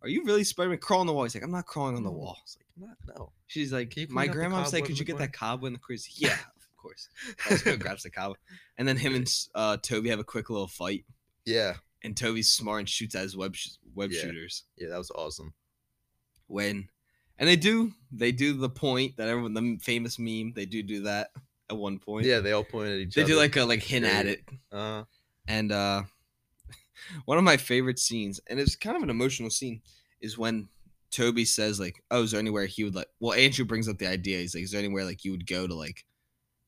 Speaker 1: "Are you really Spider-Man?" Crawl on the wall. He's like, "I'm not crawling on the wall."
Speaker 2: It's like not no.
Speaker 1: She's like,
Speaker 2: Mm. Can you
Speaker 1: "My
Speaker 2: clean up the
Speaker 1: grandma's like,
Speaker 2: cobweb
Speaker 1: could
Speaker 2: in
Speaker 1: you
Speaker 2: the
Speaker 1: get
Speaker 2: corner?"
Speaker 1: that cobweb in the cruise?" Yeah, of course. Let's go grabs the cobweb, and then him and uh, Toby have a quick little fight,
Speaker 2: Yeah,
Speaker 1: and Toby's smart and shoots at his web sh- web
Speaker 2: Yeah.
Speaker 1: shooters.
Speaker 2: yeah, that was awesome.
Speaker 1: when and they do they do the point that everyone the famous meme they do do that at one point
Speaker 2: Yeah, they all pointed at each
Speaker 1: they
Speaker 2: other.
Speaker 1: do like a like hint at
Speaker 2: Yeah.
Speaker 1: it
Speaker 2: uh,
Speaker 1: and uh one of my favorite scenes and it's kind of an emotional scene is when toby says like oh is there anywhere he would like well andrew brings up the idea he's like is there anywhere like you would go to like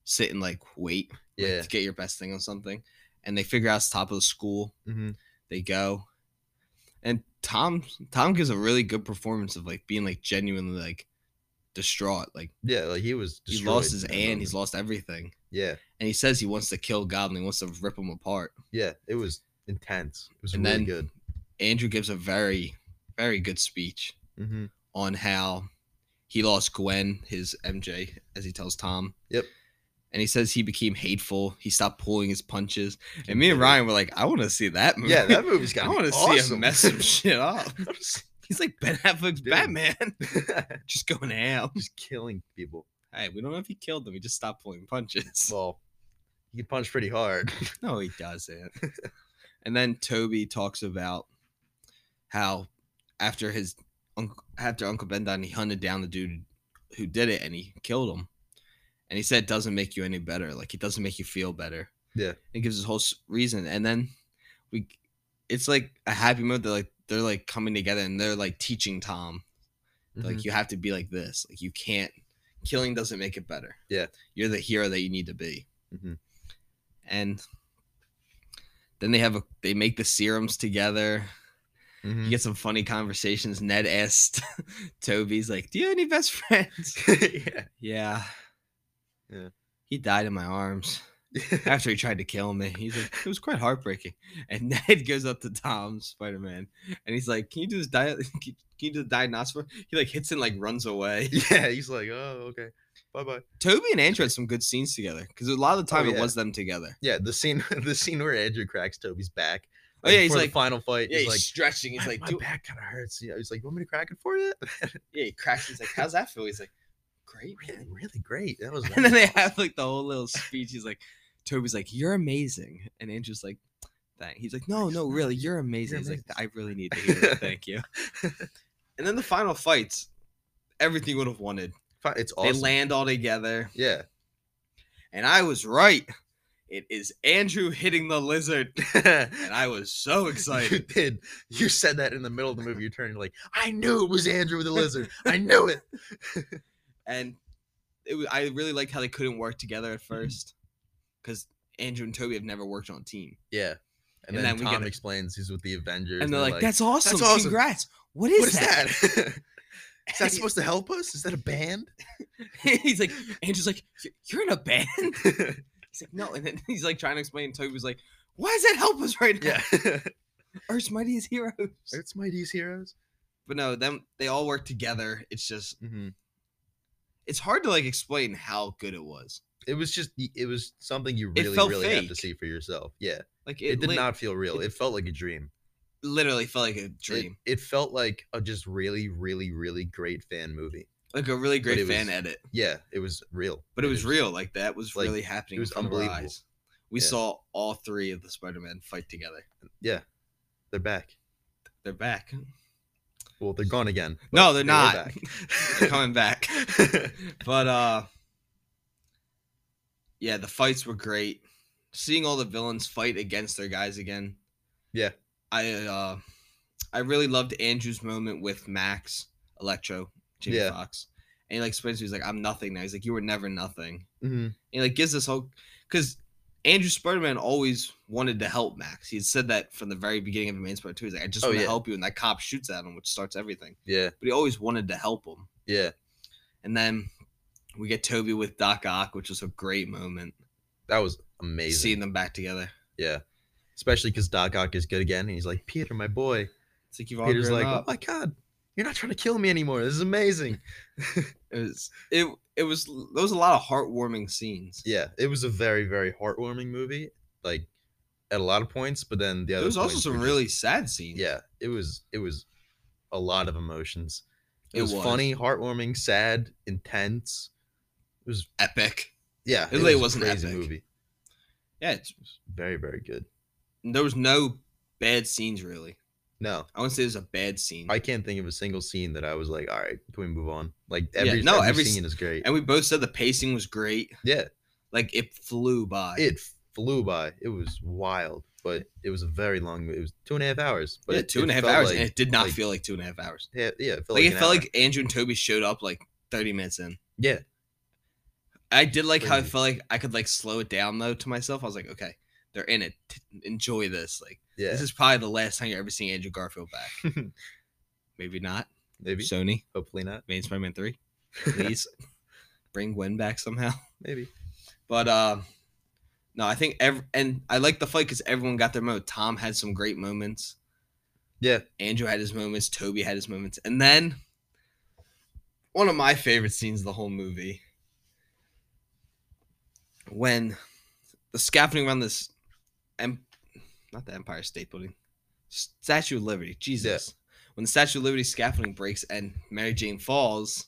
Speaker 1: sit and like wait like,
Speaker 2: yeah.
Speaker 1: to get your best thing on something and they figure out it's top of the school
Speaker 2: hmm
Speaker 1: they go and tom tom gives a really good performance of like being like genuinely like distraught like
Speaker 2: Yeah, like he was.
Speaker 1: he
Speaker 2: destroyed
Speaker 1: lost his
Speaker 2: in that
Speaker 1: aunt
Speaker 2: moment.
Speaker 1: he's lost everything
Speaker 2: Yeah,
Speaker 1: and he says he wants to kill goblin he wants to rip him apart
Speaker 2: yeah, it was intense. It was
Speaker 1: And
Speaker 2: really
Speaker 1: then-
Speaker 2: good.
Speaker 1: andrew gives a very very good speech
Speaker 2: Mm-hmm.
Speaker 1: on how he lost gwen his mj as he tells tom
Speaker 2: Yep.
Speaker 1: and he says he became hateful he stopped pulling his punches and me and ryan were like i want to see that movie
Speaker 2: Yeah, that movie's got.
Speaker 1: i want to see him mess some shit up he's like ben affleck's
Speaker 2: Dude.
Speaker 1: batman just going ham.
Speaker 2: Just killing people.
Speaker 1: Hey, we don't know if he killed them. He just stopped pulling punches.
Speaker 2: Well, he can punch pretty hard.
Speaker 1: no, he doesn't. and then Toby talks about how after his unc- after Uncle Ben died, and he hunted down the dude who did it and he killed him. And he said it doesn't make you any better. Like it doesn't make you feel better.
Speaker 2: Yeah.
Speaker 1: And he gives his whole s- reason. And then we, it's like a happy moment. They're like they're like coming together and they're like teaching Tom They're
Speaker 2: Mhm.
Speaker 1: Like you have to be like this. Like you can't. Killing doesn't make it better.
Speaker 2: Yeah.
Speaker 1: you're the hero that you need to be.
Speaker 2: Mhm.
Speaker 1: And then they have a they make the serums together. You
Speaker 2: Mhm.
Speaker 1: get some funny conversations. Ned asked Toby's like, "Do you have any best friends?"
Speaker 2: Mm-hmm.
Speaker 1: yeah.
Speaker 2: Yeah.
Speaker 1: He died in my arms
Speaker 2: yeah.
Speaker 1: after he tried to kill me. He's like, it was quite heartbreaking. And Ned goes up to Tom Spider Man, and he's like, "Can you do this di- Can you do the dinosaur?" He like hits and like runs away.
Speaker 2: yeah, he's like, oh, okay, bye bye.
Speaker 1: Toby and Andrew had some good scenes together because a lot of the
Speaker 2: Oh,
Speaker 1: time it
Speaker 2: yeah.
Speaker 1: was them together.
Speaker 2: Yeah, the scene, the scene where Andrew cracks Toby's back.
Speaker 1: Oh yeah, he's
Speaker 2: before the
Speaker 1: like,
Speaker 2: final fight.
Speaker 1: yeah, he's
Speaker 2: he's like,
Speaker 1: stretching. He's
Speaker 2: "My-
Speaker 1: like,
Speaker 2: my
Speaker 1: "Do-
Speaker 2: back kind of hurts. Yeah, he's like, you want me to crack it for you?
Speaker 1: yeah, he cracks. He's like, how's that feel? He's like, great.
Speaker 2: really,
Speaker 1: man."
Speaker 2: really great. That was.
Speaker 1: And then they
Speaker 2: wonderful."
Speaker 1: have like the whole little speech. He's like, Toby's like, you're amazing, and Andrew's like, thank. He's like, no,
Speaker 2: Thanks,
Speaker 1: no,
Speaker 2: no,
Speaker 1: really,
Speaker 2: you're-
Speaker 1: you're amazing. He's
Speaker 2: you're
Speaker 1: like, I
Speaker 2: amazing.
Speaker 1: really need to hear that. Thank you. And then the final fights, everything you would have wanted.
Speaker 2: Fi- It's awesome.
Speaker 1: They land all together,
Speaker 2: Yeah,
Speaker 1: and I was right. It is Andrew hitting the lizard, and I was so
Speaker 2: You
Speaker 1: excited.
Speaker 2: did. You said that in the middle of the movie. You turned you're like, I knew it was Andrew the lizard. I knew it.
Speaker 1: and it was, I really liked how they couldn't work together at first because Andrew and Toby have never worked on a team,
Speaker 2: Yeah. And,
Speaker 1: And then
Speaker 2: then,
Speaker 1: we get
Speaker 2: Tom
Speaker 1: a-
Speaker 2: explains he's with the Avengers.
Speaker 1: and they're like, "That's
Speaker 2: "That's
Speaker 1: awesome!
Speaker 2: awesome.
Speaker 1: Congrats! What is
Speaker 2: what is
Speaker 1: that?"
Speaker 2: that? is that supposed to help us? Is that a band?
Speaker 1: he's like, Andrew's like, "You- "You're in a band." He's like, "No," and then he's like trying to explain. Toby was like, "Why does that help us right now?
Speaker 2: yeah.
Speaker 1: Earth's mightiest heroes."
Speaker 2: It's Mighty's Heroes.
Speaker 1: But no, them they all work together. It's just
Speaker 2: hmm
Speaker 1: it's hard to like explain how good it was.
Speaker 2: It was just, it was something you really,
Speaker 1: felt
Speaker 2: really have to
Speaker 1: fake.
Speaker 2: see for yourself. Yeah.
Speaker 1: Like
Speaker 2: It,
Speaker 1: it,
Speaker 2: did
Speaker 1: lit-
Speaker 2: not feel real.
Speaker 1: it-
Speaker 2: It, felt like a dream.
Speaker 1: literally felt like a
Speaker 2: It-
Speaker 1: dream,
Speaker 2: It, felt like a just really, really, really great fan movie.
Speaker 1: like a really great
Speaker 2: it
Speaker 1: fan
Speaker 2: was-
Speaker 1: edit.
Speaker 2: Yeah. It was real.
Speaker 1: But it was
Speaker 2: is-
Speaker 1: real. Like that was
Speaker 2: like,
Speaker 1: really happening.
Speaker 2: it
Speaker 1: in
Speaker 2: was
Speaker 1: front of our
Speaker 2: unbelievable.
Speaker 1: eyes. We
Speaker 2: Yeah.
Speaker 1: saw all three of the Spider-Man fight together.
Speaker 2: Yeah. They're back.
Speaker 1: They're back.
Speaker 2: Well, they're gone again. but
Speaker 1: No, they're
Speaker 2: they were
Speaker 1: not.
Speaker 2: back.
Speaker 1: They're coming back. But uh yeah, the fights were great. seeing all the villains fight against their guys again.
Speaker 2: Yeah.
Speaker 1: I uh I really loved Andrew's moment with Max, Electro, Jamie
Speaker 2: Yeah.
Speaker 1: Fox. And he like explains to me, he's like, I'm nothing now. He's like, You were never nothing.
Speaker 2: Mm-hmm.
Speaker 1: And he, like gives this whole because Andrew Spider Man always wanted to help Max. He had said that from the very beginning of the main Spider 2. He's like, I just
Speaker 2: Oh,
Speaker 1: want to
Speaker 2: yeah.
Speaker 1: help you. And that cop shoots at him, which starts everything.
Speaker 2: Yeah.
Speaker 1: But he always wanted to help him.
Speaker 2: Yeah.
Speaker 1: And then we get Toby with Doc Ock, which was a great moment.
Speaker 2: That was amazing.
Speaker 1: Seeing them back together.
Speaker 2: Yeah. Especially because Doc Ock is good again. And he's like, Peter, my boy.
Speaker 1: It's like you've all
Speaker 2: Peter's
Speaker 1: grown
Speaker 2: like,
Speaker 1: up.
Speaker 2: oh my God, you're not trying to kill me anymore. This is amazing.
Speaker 1: it was it it was there was a lot of heartwarming scenes.
Speaker 2: yeah. It was a very, very heartwarming movie. Like, at a lot of points, but then the other
Speaker 1: there was also
Speaker 2: points
Speaker 1: some
Speaker 2: were just-
Speaker 1: really sad scenes.
Speaker 2: yeah it was it was a lot of emotions it,
Speaker 1: It
Speaker 2: was,
Speaker 1: was.
Speaker 2: funny heartwarming sad intense it was
Speaker 1: epic.
Speaker 2: yeah
Speaker 1: It really
Speaker 2: was a
Speaker 1: wasn't
Speaker 2: crazy
Speaker 1: epic.
Speaker 2: movie
Speaker 1: Yeah, it's,
Speaker 2: very very good
Speaker 1: there was no bad scenes really.
Speaker 2: no
Speaker 1: I wouldn't say there's a bad scene.
Speaker 2: i can't think of a single scene that i was like all right can we move on like
Speaker 1: Yeah,
Speaker 2: every,
Speaker 1: no,
Speaker 2: every,
Speaker 1: every s-
Speaker 2: scene is great
Speaker 1: and we both said the pacing was great.
Speaker 2: yeah
Speaker 1: Like it flew by.
Speaker 2: it flew by it was wild but it was a very long it was two and a half hours but
Speaker 1: yeah,
Speaker 2: it-
Speaker 1: two
Speaker 2: it
Speaker 1: and a half
Speaker 2: felt
Speaker 1: hours,
Speaker 2: like-
Speaker 1: and it did not
Speaker 2: like-
Speaker 1: feel like two and a half hours.
Speaker 2: yeah, yeah it felt
Speaker 1: Like,
Speaker 2: like,
Speaker 1: it felt like Andrew and Toby showed up like 30 minutes in.
Speaker 2: yeah
Speaker 1: I did like how I
Speaker 2: Crazy.
Speaker 1: felt like I could like slow it down though to myself. I was like, okay, they're in it. T- enjoy this. Like
Speaker 2: yeah
Speaker 1: this is probably the last time you're ever seeing Andrew Garfield back. Maybe not.
Speaker 2: maybe
Speaker 1: Sony,
Speaker 2: hopefully not
Speaker 1: Main Spider-Man 3. Please bring Gwen back somehow.
Speaker 2: maybe
Speaker 1: But uh, no, I think ev- and I like the fight because everyone got their moment. Tom had some great moments.
Speaker 2: yeah
Speaker 1: Andrew had his moments. Toby had his moments. And then one of my favorite scenes of the whole movie when the scaffolding around this, em- not the Empire State Building, Statue of Liberty. Jesus. When the Statue of Liberty scaffolding breaks and Mary Jane falls,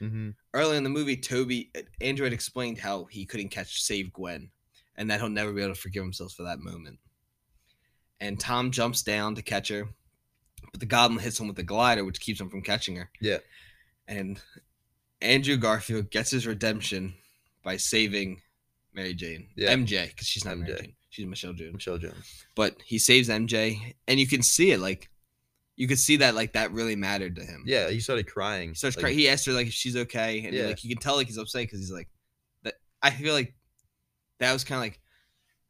Speaker 2: mm-hmm.
Speaker 1: earlier in the movie, Toby Andrew had explained how he couldn't catch save Gwen, and that he'll never be able to forgive himself for that moment. And Tom jumps down to catch her, but the goblin hits him with the glider, which keeps him from catching her.
Speaker 2: Yeah.
Speaker 1: And Andrew Garfield gets his redemption by saving Mary Jane,
Speaker 2: Yeah.
Speaker 1: MJ, because she's not Mary
Speaker 2: MJ.
Speaker 1: Jane, she's Michelle Jones.
Speaker 2: michelle jones
Speaker 1: But he saves MJ, and you can see it, like you could see that, like that really mattered to him.
Speaker 2: Yeah, he started crying.
Speaker 1: He starts
Speaker 2: like,
Speaker 1: crying. He asked her like if she's okay, and
Speaker 2: Yeah.
Speaker 1: like you can tell like he's upset because he's like, that. I feel like that was kind of like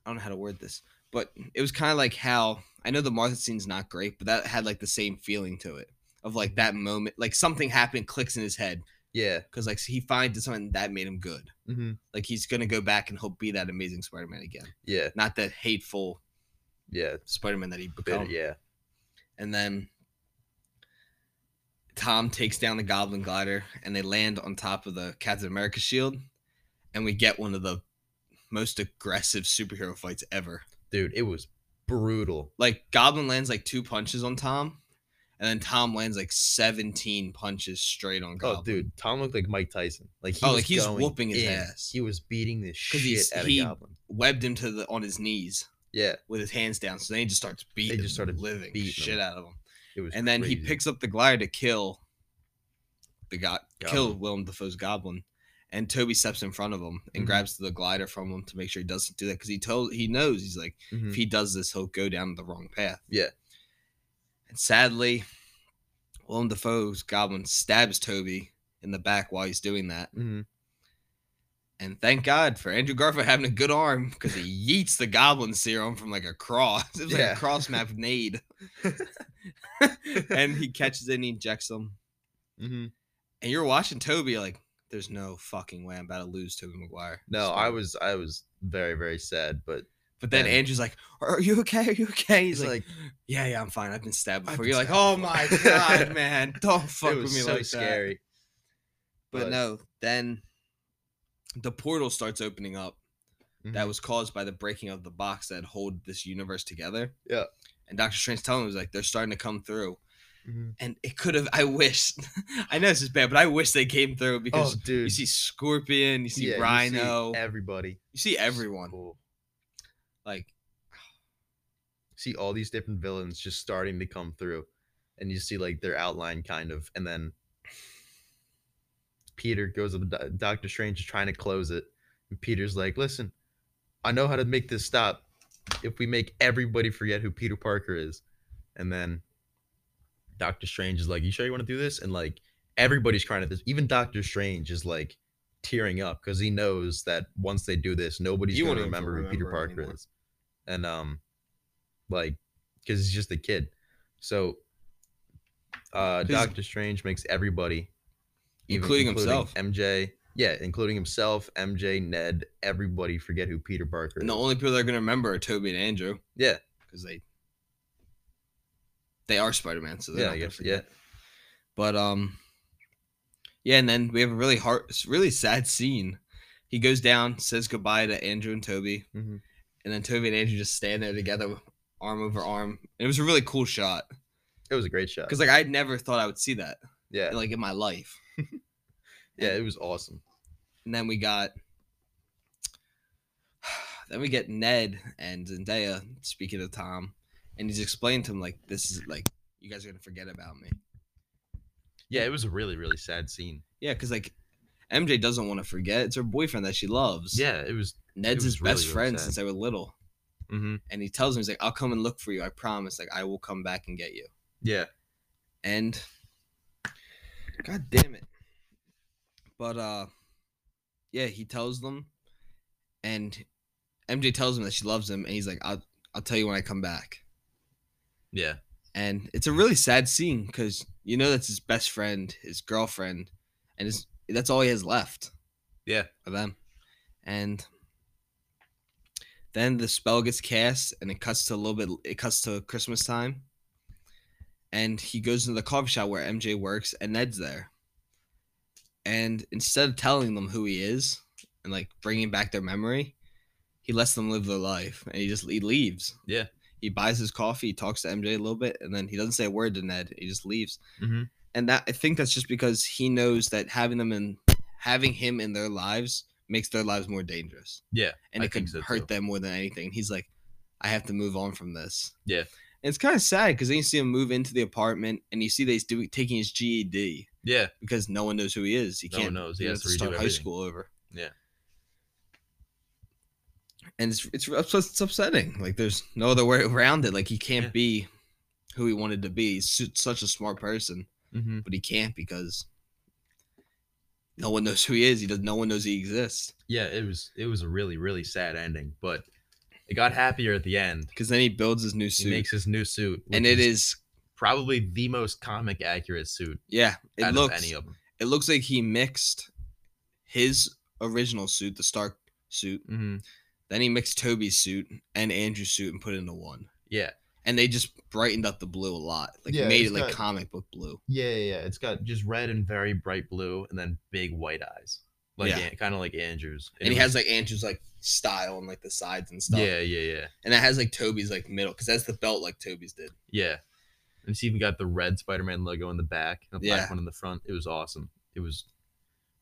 Speaker 1: I don't know how to word this, but it was kind of like how I know the Martha scene's not great, but that had like the same feeling to it of like that moment, like something happened, clicks in his head
Speaker 2: Yeah.
Speaker 1: because like he finds something that made him good.
Speaker 2: hmm
Speaker 1: Like he's gonna go back and he'll be that amazing Spider-Man again,
Speaker 2: Yeah.
Speaker 1: not that hateful
Speaker 2: Yeah.
Speaker 1: Spider-Man that he
Speaker 2: bit-
Speaker 1: became.
Speaker 2: yeah.
Speaker 1: and then Tom takes down the Goblin glider, and they land on top of the Captain America shield, and we get one of the most aggressive superhero fights ever.
Speaker 2: Dude, it was brutal.
Speaker 1: Like Goblin lands like two punches on Tom, and then Tom lands like seventeen punches straight on Goblin.
Speaker 2: Oh, dude, Tom looked like Mike Tyson. Like he
Speaker 1: Oh,
Speaker 2: was
Speaker 1: like, he's
Speaker 2: going
Speaker 1: whooping his
Speaker 2: in.
Speaker 1: ass.
Speaker 2: He was beating the
Speaker 1: 'Cause
Speaker 2: shit
Speaker 1: he's-
Speaker 2: out
Speaker 1: he-
Speaker 2: of Goblin.
Speaker 1: Webbed him to the on his knees
Speaker 2: Yeah,
Speaker 1: with his hands down, so then he just starts beating.
Speaker 2: just started
Speaker 1: living
Speaker 2: beating
Speaker 1: shit
Speaker 2: him.
Speaker 1: out of him,
Speaker 2: it was.
Speaker 1: and then he
Speaker 2: crazy.
Speaker 1: picks up the glider to kill the go- kill
Speaker 2: Goblin.
Speaker 1: Willem Dafoe's goblin, and Toby steps in front of him and
Speaker 2: Mhm.
Speaker 1: grabs the glider from him to make sure he doesn't do that because he told he knows he's like
Speaker 2: Mhm.
Speaker 1: if he does this he'll go down the wrong path.
Speaker 2: Yeah.
Speaker 1: and sadly, Willem Dafoe's goblin stabs Toby in the back while he's doing that,
Speaker 2: Mhm.
Speaker 1: and thank God for Andrew Garfield having a good arm because he yeets the goblin serum from like a cross, it was like
Speaker 2: Yeah.
Speaker 1: a cross map nade, and he catches it and he injects him.
Speaker 2: Mhm.
Speaker 1: and you're watching Toby like, there's no fucking way I'm about to lose Toby Maguire.
Speaker 2: No,
Speaker 1: So-
Speaker 2: I was I was very very sad, but
Speaker 1: But then
Speaker 2: yeah.
Speaker 1: Andrew's like, "Are you okay? Are you okay?" He's,
Speaker 2: he's
Speaker 1: like,
Speaker 2: like,
Speaker 1: "Yeah, yeah, I'm fine. I've been stabbed
Speaker 2: I've
Speaker 1: before."
Speaker 2: been
Speaker 1: You're like, "Oh
Speaker 2: stabbed
Speaker 1: my
Speaker 2: before."
Speaker 1: god, man! Don't fuck
Speaker 2: it
Speaker 1: with
Speaker 2: was
Speaker 1: me
Speaker 2: so
Speaker 1: like that."
Speaker 2: scary.
Speaker 1: But,
Speaker 2: but-
Speaker 1: no, then the portal starts opening up. That
Speaker 2: Mhm.
Speaker 1: was caused by the breaking of the box that hold this universe together.
Speaker 2: Yeah.
Speaker 1: And Doctor Strange telling him was like, "They're starting to come through."
Speaker 2: Mhm.
Speaker 1: And it could have. I wish. I know this is bad, but I wish they came through
Speaker 2: Oh,
Speaker 1: because.
Speaker 2: dude,
Speaker 1: You see Scorpion, you see
Speaker 2: Yeah,
Speaker 1: Rhino,
Speaker 2: everybody,
Speaker 1: you see everyone
Speaker 2: Cool.
Speaker 1: like
Speaker 2: see all these different villains just starting to come through and you see like their outline kind of and then peter goes up to Do- dr strange is trying to close it and peter's like listen I know how to make this stop if we make everybody forget who Peter Parker is. And then Doctor Strange is like, You sure you want to do this? And like everybody's crying at this. Even Doctor Strange is like tearing up because he knows that once they do this, nobody's
Speaker 1: You
Speaker 2: gonna
Speaker 1: won't even
Speaker 2: remember who Peter
Speaker 1: remember
Speaker 2: Parker
Speaker 1: anymore.
Speaker 2: is. And um like because he's just a kid. So uh
Speaker 1: He's-
Speaker 2: Doctor Strange makes everybody even-
Speaker 1: Including himself.
Speaker 2: MJ. Yeah, including himself, MJ, Ned, everybody forget who Peter Parker
Speaker 1: And the
Speaker 2: is.
Speaker 1: only people that are gonna remember are Toby and Andrew
Speaker 2: Yeah,
Speaker 1: because they they are Spider Man, so they're
Speaker 2: yeah,
Speaker 1: not
Speaker 2: I
Speaker 1: gonna
Speaker 2: guess.
Speaker 1: forget.
Speaker 2: Yeah.
Speaker 1: But um, yeah, and then we have a really hard, it's a really sad scene. He goes down, says goodbye to Andrew and Toby,
Speaker 2: Mhm.
Speaker 1: and then Toby and Andrew just stand there together, arm over arm. And it was a really cool shot
Speaker 2: It was a great shot.
Speaker 1: because like I never thought I would see that
Speaker 2: Yeah.
Speaker 1: like in my life.
Speaker 2: Yeah, it was awesome.
Speaker 1: And then we got then we get Ned and Zendaya speaking to Tom, and he's explaining to him like this is like you guys are gonna forget about me.
Speaker 2: Yeah, it was a really, really sad scene.
Speaker 1: Yeah, because like MJ doesn't want to forget. It's her boyfriend that she loves.
Speaker 2: Yeah, it was
Speaker 1: Ned's
Speaker 2: it
Speaker 1: his
Speaker 2: was really,
Speaker 1: best
Speaker 2: really
Speaker 1: friend
Speaker 2: sad.
Speaker 1: since they were little.
Speaker 2: mm-hmm.
Speaker 1: And he tells him, he's like, I'll come and look for you. I promise. Like, I will come back and get you.
Speaker 2: yeah.
Speaker 1: And God damn it. But uh yeah, he tells them and MJ tells him that she loves him and he's like, I'll I'll tell you when I come back.
Speaker 2: Yeah.
Speaker 1: And it's a really sad scene because you know that's his best friend, his girlfriend, and his, that's all he has left.
Speaker 2: Yeah.
Speaker 1: Of them. And then the spell gets cast and it cuts to a little bit it cuts to Christmas time. And he goes into the coffee shop where MJ works and Ned's there. And instead of telling them who he is and like bringing back their memory, he lets them live their life and he just he leaves.
Speaker 2: Yeah.
Speaker 1: He buys his coffee, he talks to MJ a little bit, and then he doesn't say a word to Ned. He just leaves
Speaker 2: Mm-hmm.
Speaker 1: and that I think that's just because he knows that having them in having him in their lives makes their lives more dangerous.
Speaker 2: Yeah,
Speaker 1: and
Speaker 2: I
Speaker 1: it could
Speaker 2: think so,
Speaker 1: hurt
Speaker 2: too.
Speaker 1: them more than anything. And he's like, I have to move on from this.
Speaker 2: Yeah.
Speaker 1: and it's kind of sad because then you see him move into the apartment, and you see that he's doing taking his E GED
Speaker 2: Yeah.
Speaker 1: because no one knows who he is. He
Speaker 2: No one
Speaker 1: can't
Speaker 2: knows. He has to
Speaker 1: to
Speaker 2: redo
Speaker 1: start high
Speaker 2: everything.
Speaker 1: school over.
Speaker 2: Yeah.
Speaker 1: and it's it's ups- it's upsetting. Like there's no other way around it. Like he can't
Speaker 2: Yeah.
Speaker 1: be who he wanted to be. He's su- such a smart person
Speaker 2: Mm-hmm.
Speaker 1: but he can't because no one knows who he is. He does. No one knows he exists.
Speaker 2: Yeah, it was it was a really, really sad ending, but it got happier at the end.
Speaker 1: Because then he builds his new
Speaker 2: He
Speaker 1: suit,
Speaker 2: makes his new suit,
Speaker 1: and
Speaker 2: which
Speaker 1: it is
Speaker 2: probably the most comic accurate suit
Speaker 1: yeah. It
Speaker 2: out of
Speaker 1: looks
Speaker 2: any of them.
Speaker 1: it looks like he mixed his original suit, the Stark suit.
Speaker 2: Mm-hmm.
Speaker 1: Then he mixed Toby's suit and Andrew's suit and put it into one.
Speaker 2: Yeah.
Speaker 1: And they just brightened up the blue a lot, like
Speaker 2: Yeah,
Speaker 1: made it
Speaker 2: it's
Speaker 1: like
Speaker 2: got-
Speaker 1: comic book blue.
Speaker 2: yeah, yeah, yeah. It's got just red and very bright blue, and then big white eyes, like
Speaker 1: Yeah.
Speaker 2: kind of like Andrews.
Speaker 1: And he has like Andrew's like style and like the sides and stuff.
Speaker 2: yeah, yeah, yeah,
Speaker 1: And it has like Toby's like middle because that's the belt like Toby's did.
Speaker 2: yeah. And it's even got the red Spider-Man logo in the back, and the black
Speaker 1: Yeah.
Speaker 2: one in the front. It was awesome. It was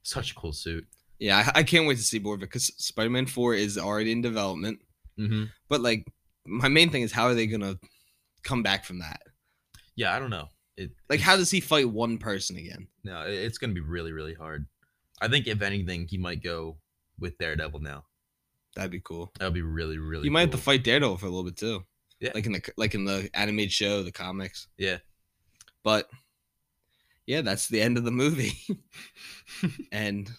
Speaker 2: such a cool suit.
Speaker 1: Yeah, I, I can't wait to see more of it because Spider Man 4 is already in development.
Speaker 2: Mm-hmm.
Speaker 1: But, like, my main thing is how are they going to come back from that?
Speaker 2: Yeah, I don't know. It
Speaker 1: Like, how does he fight one person again?
Speaker 2: No, it- it's going to be really, really hard. I think if anything, he might go with Daredevil now.
Speaker 1: That'd be cool.
Speaker 2: That would be really, really.
Speaker 1: He might have to
Speaker 2: cool.
Speaker 1: fight Daredevil for a little bit too.
Speaker 2: Yeah.
Speaker 1: Like in the like in the animated show, the comics.
Speaker 2: Yeah.
Speaker 1: But yeah, that's the end of the movie. and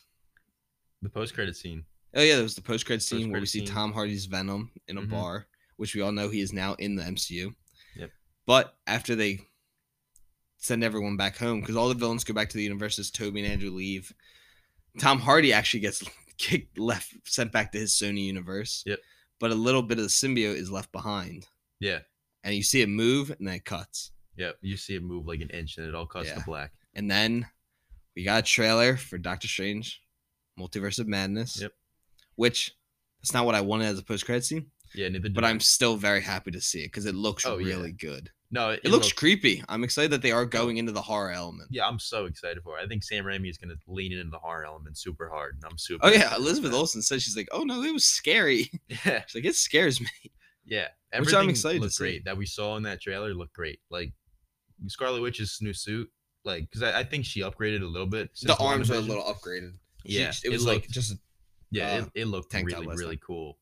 Speaker 2: the post credit scene.
Speaker 1: oh yeah, there was the post credit scene where we
Speaker 2: Post-credit
Speaker 1: see
Speaker 2: scene.
Speaker 1: Tom Hardy's Venom in a
Speaker 2: Mhm.
Speaker 1: bar, which we all know he is now in the MCU.
Speaker 2: Yep.
Speaker 1: But after they send everyone back home, because all the villains go back to the universes, Toby and Andrew leave. Tom Hardy actually gets kicked left sent back to his Sony universe.
Speaker 2: Yep.
Speaker 1: But a little bit of the symbiote is left behind.
Speaker 2: Yeah,
Speaker 1: and you see it move and then it cuts.
Speaker 2: yeah. You see it move like an inch, and it all cuts
Speaker 1: Yeah.
Speaker 2: to black.
Speaker 1: And then we got a trailer for Doctor Strange, Multiverse of Madness.
Speaker 2: Yep.
Speaker 1: Which that's not what I wanted as a post credit scene,
Speaker 2: Yeah, neither.
Speaker 1: but I'm still very happy to see it because it looks
Speaker 2: Oh, yeah.
Speaker 1: really good.
Speaker 2: no.
Speaker 1: It, looks creepy. I'm excited that they are going into the horror element.
Speaker 2: Yeah, I'm so excited for. it. I think Sam Raimi is going to lean into the horror element super hard, and I'm super.
Speaker 1: Oh yeah,
Speaker 2: excited about
Speaker 1: Elizabeth
Speaker 2: that.
Speaker 1: Olsen said she's like, "Oh no, it was scary."
Speaker 2: Yeah,
Speaker 1: She's like, "It scares me."
Speaker 2: yeah.
Speaker 1: Which I'm
Speaker 2: Everything
Speaker 1: excited to
Speaker 2: looked
Speaker 1: see.
Speaker 2: great that we saw in that trailer looked great. Like Scarlet Witch's new suit, like because I, I think she upgraded a little bit. since
Speaker 1: the arms are a
Speaker 2: WandaVision.
Speaker 1: little upgraded. She-
Speaker 2: Yeah,
Speaker 1: it was like
Speaker 2: looked-
Speaker 1: just
Speaker 2: Yeah,
Speaker 1: uh,
Speaker 2: it, it looked
Speaker 1: tank top
Speaker 2: really
Speaker 1: last
Speaker 2: really cool.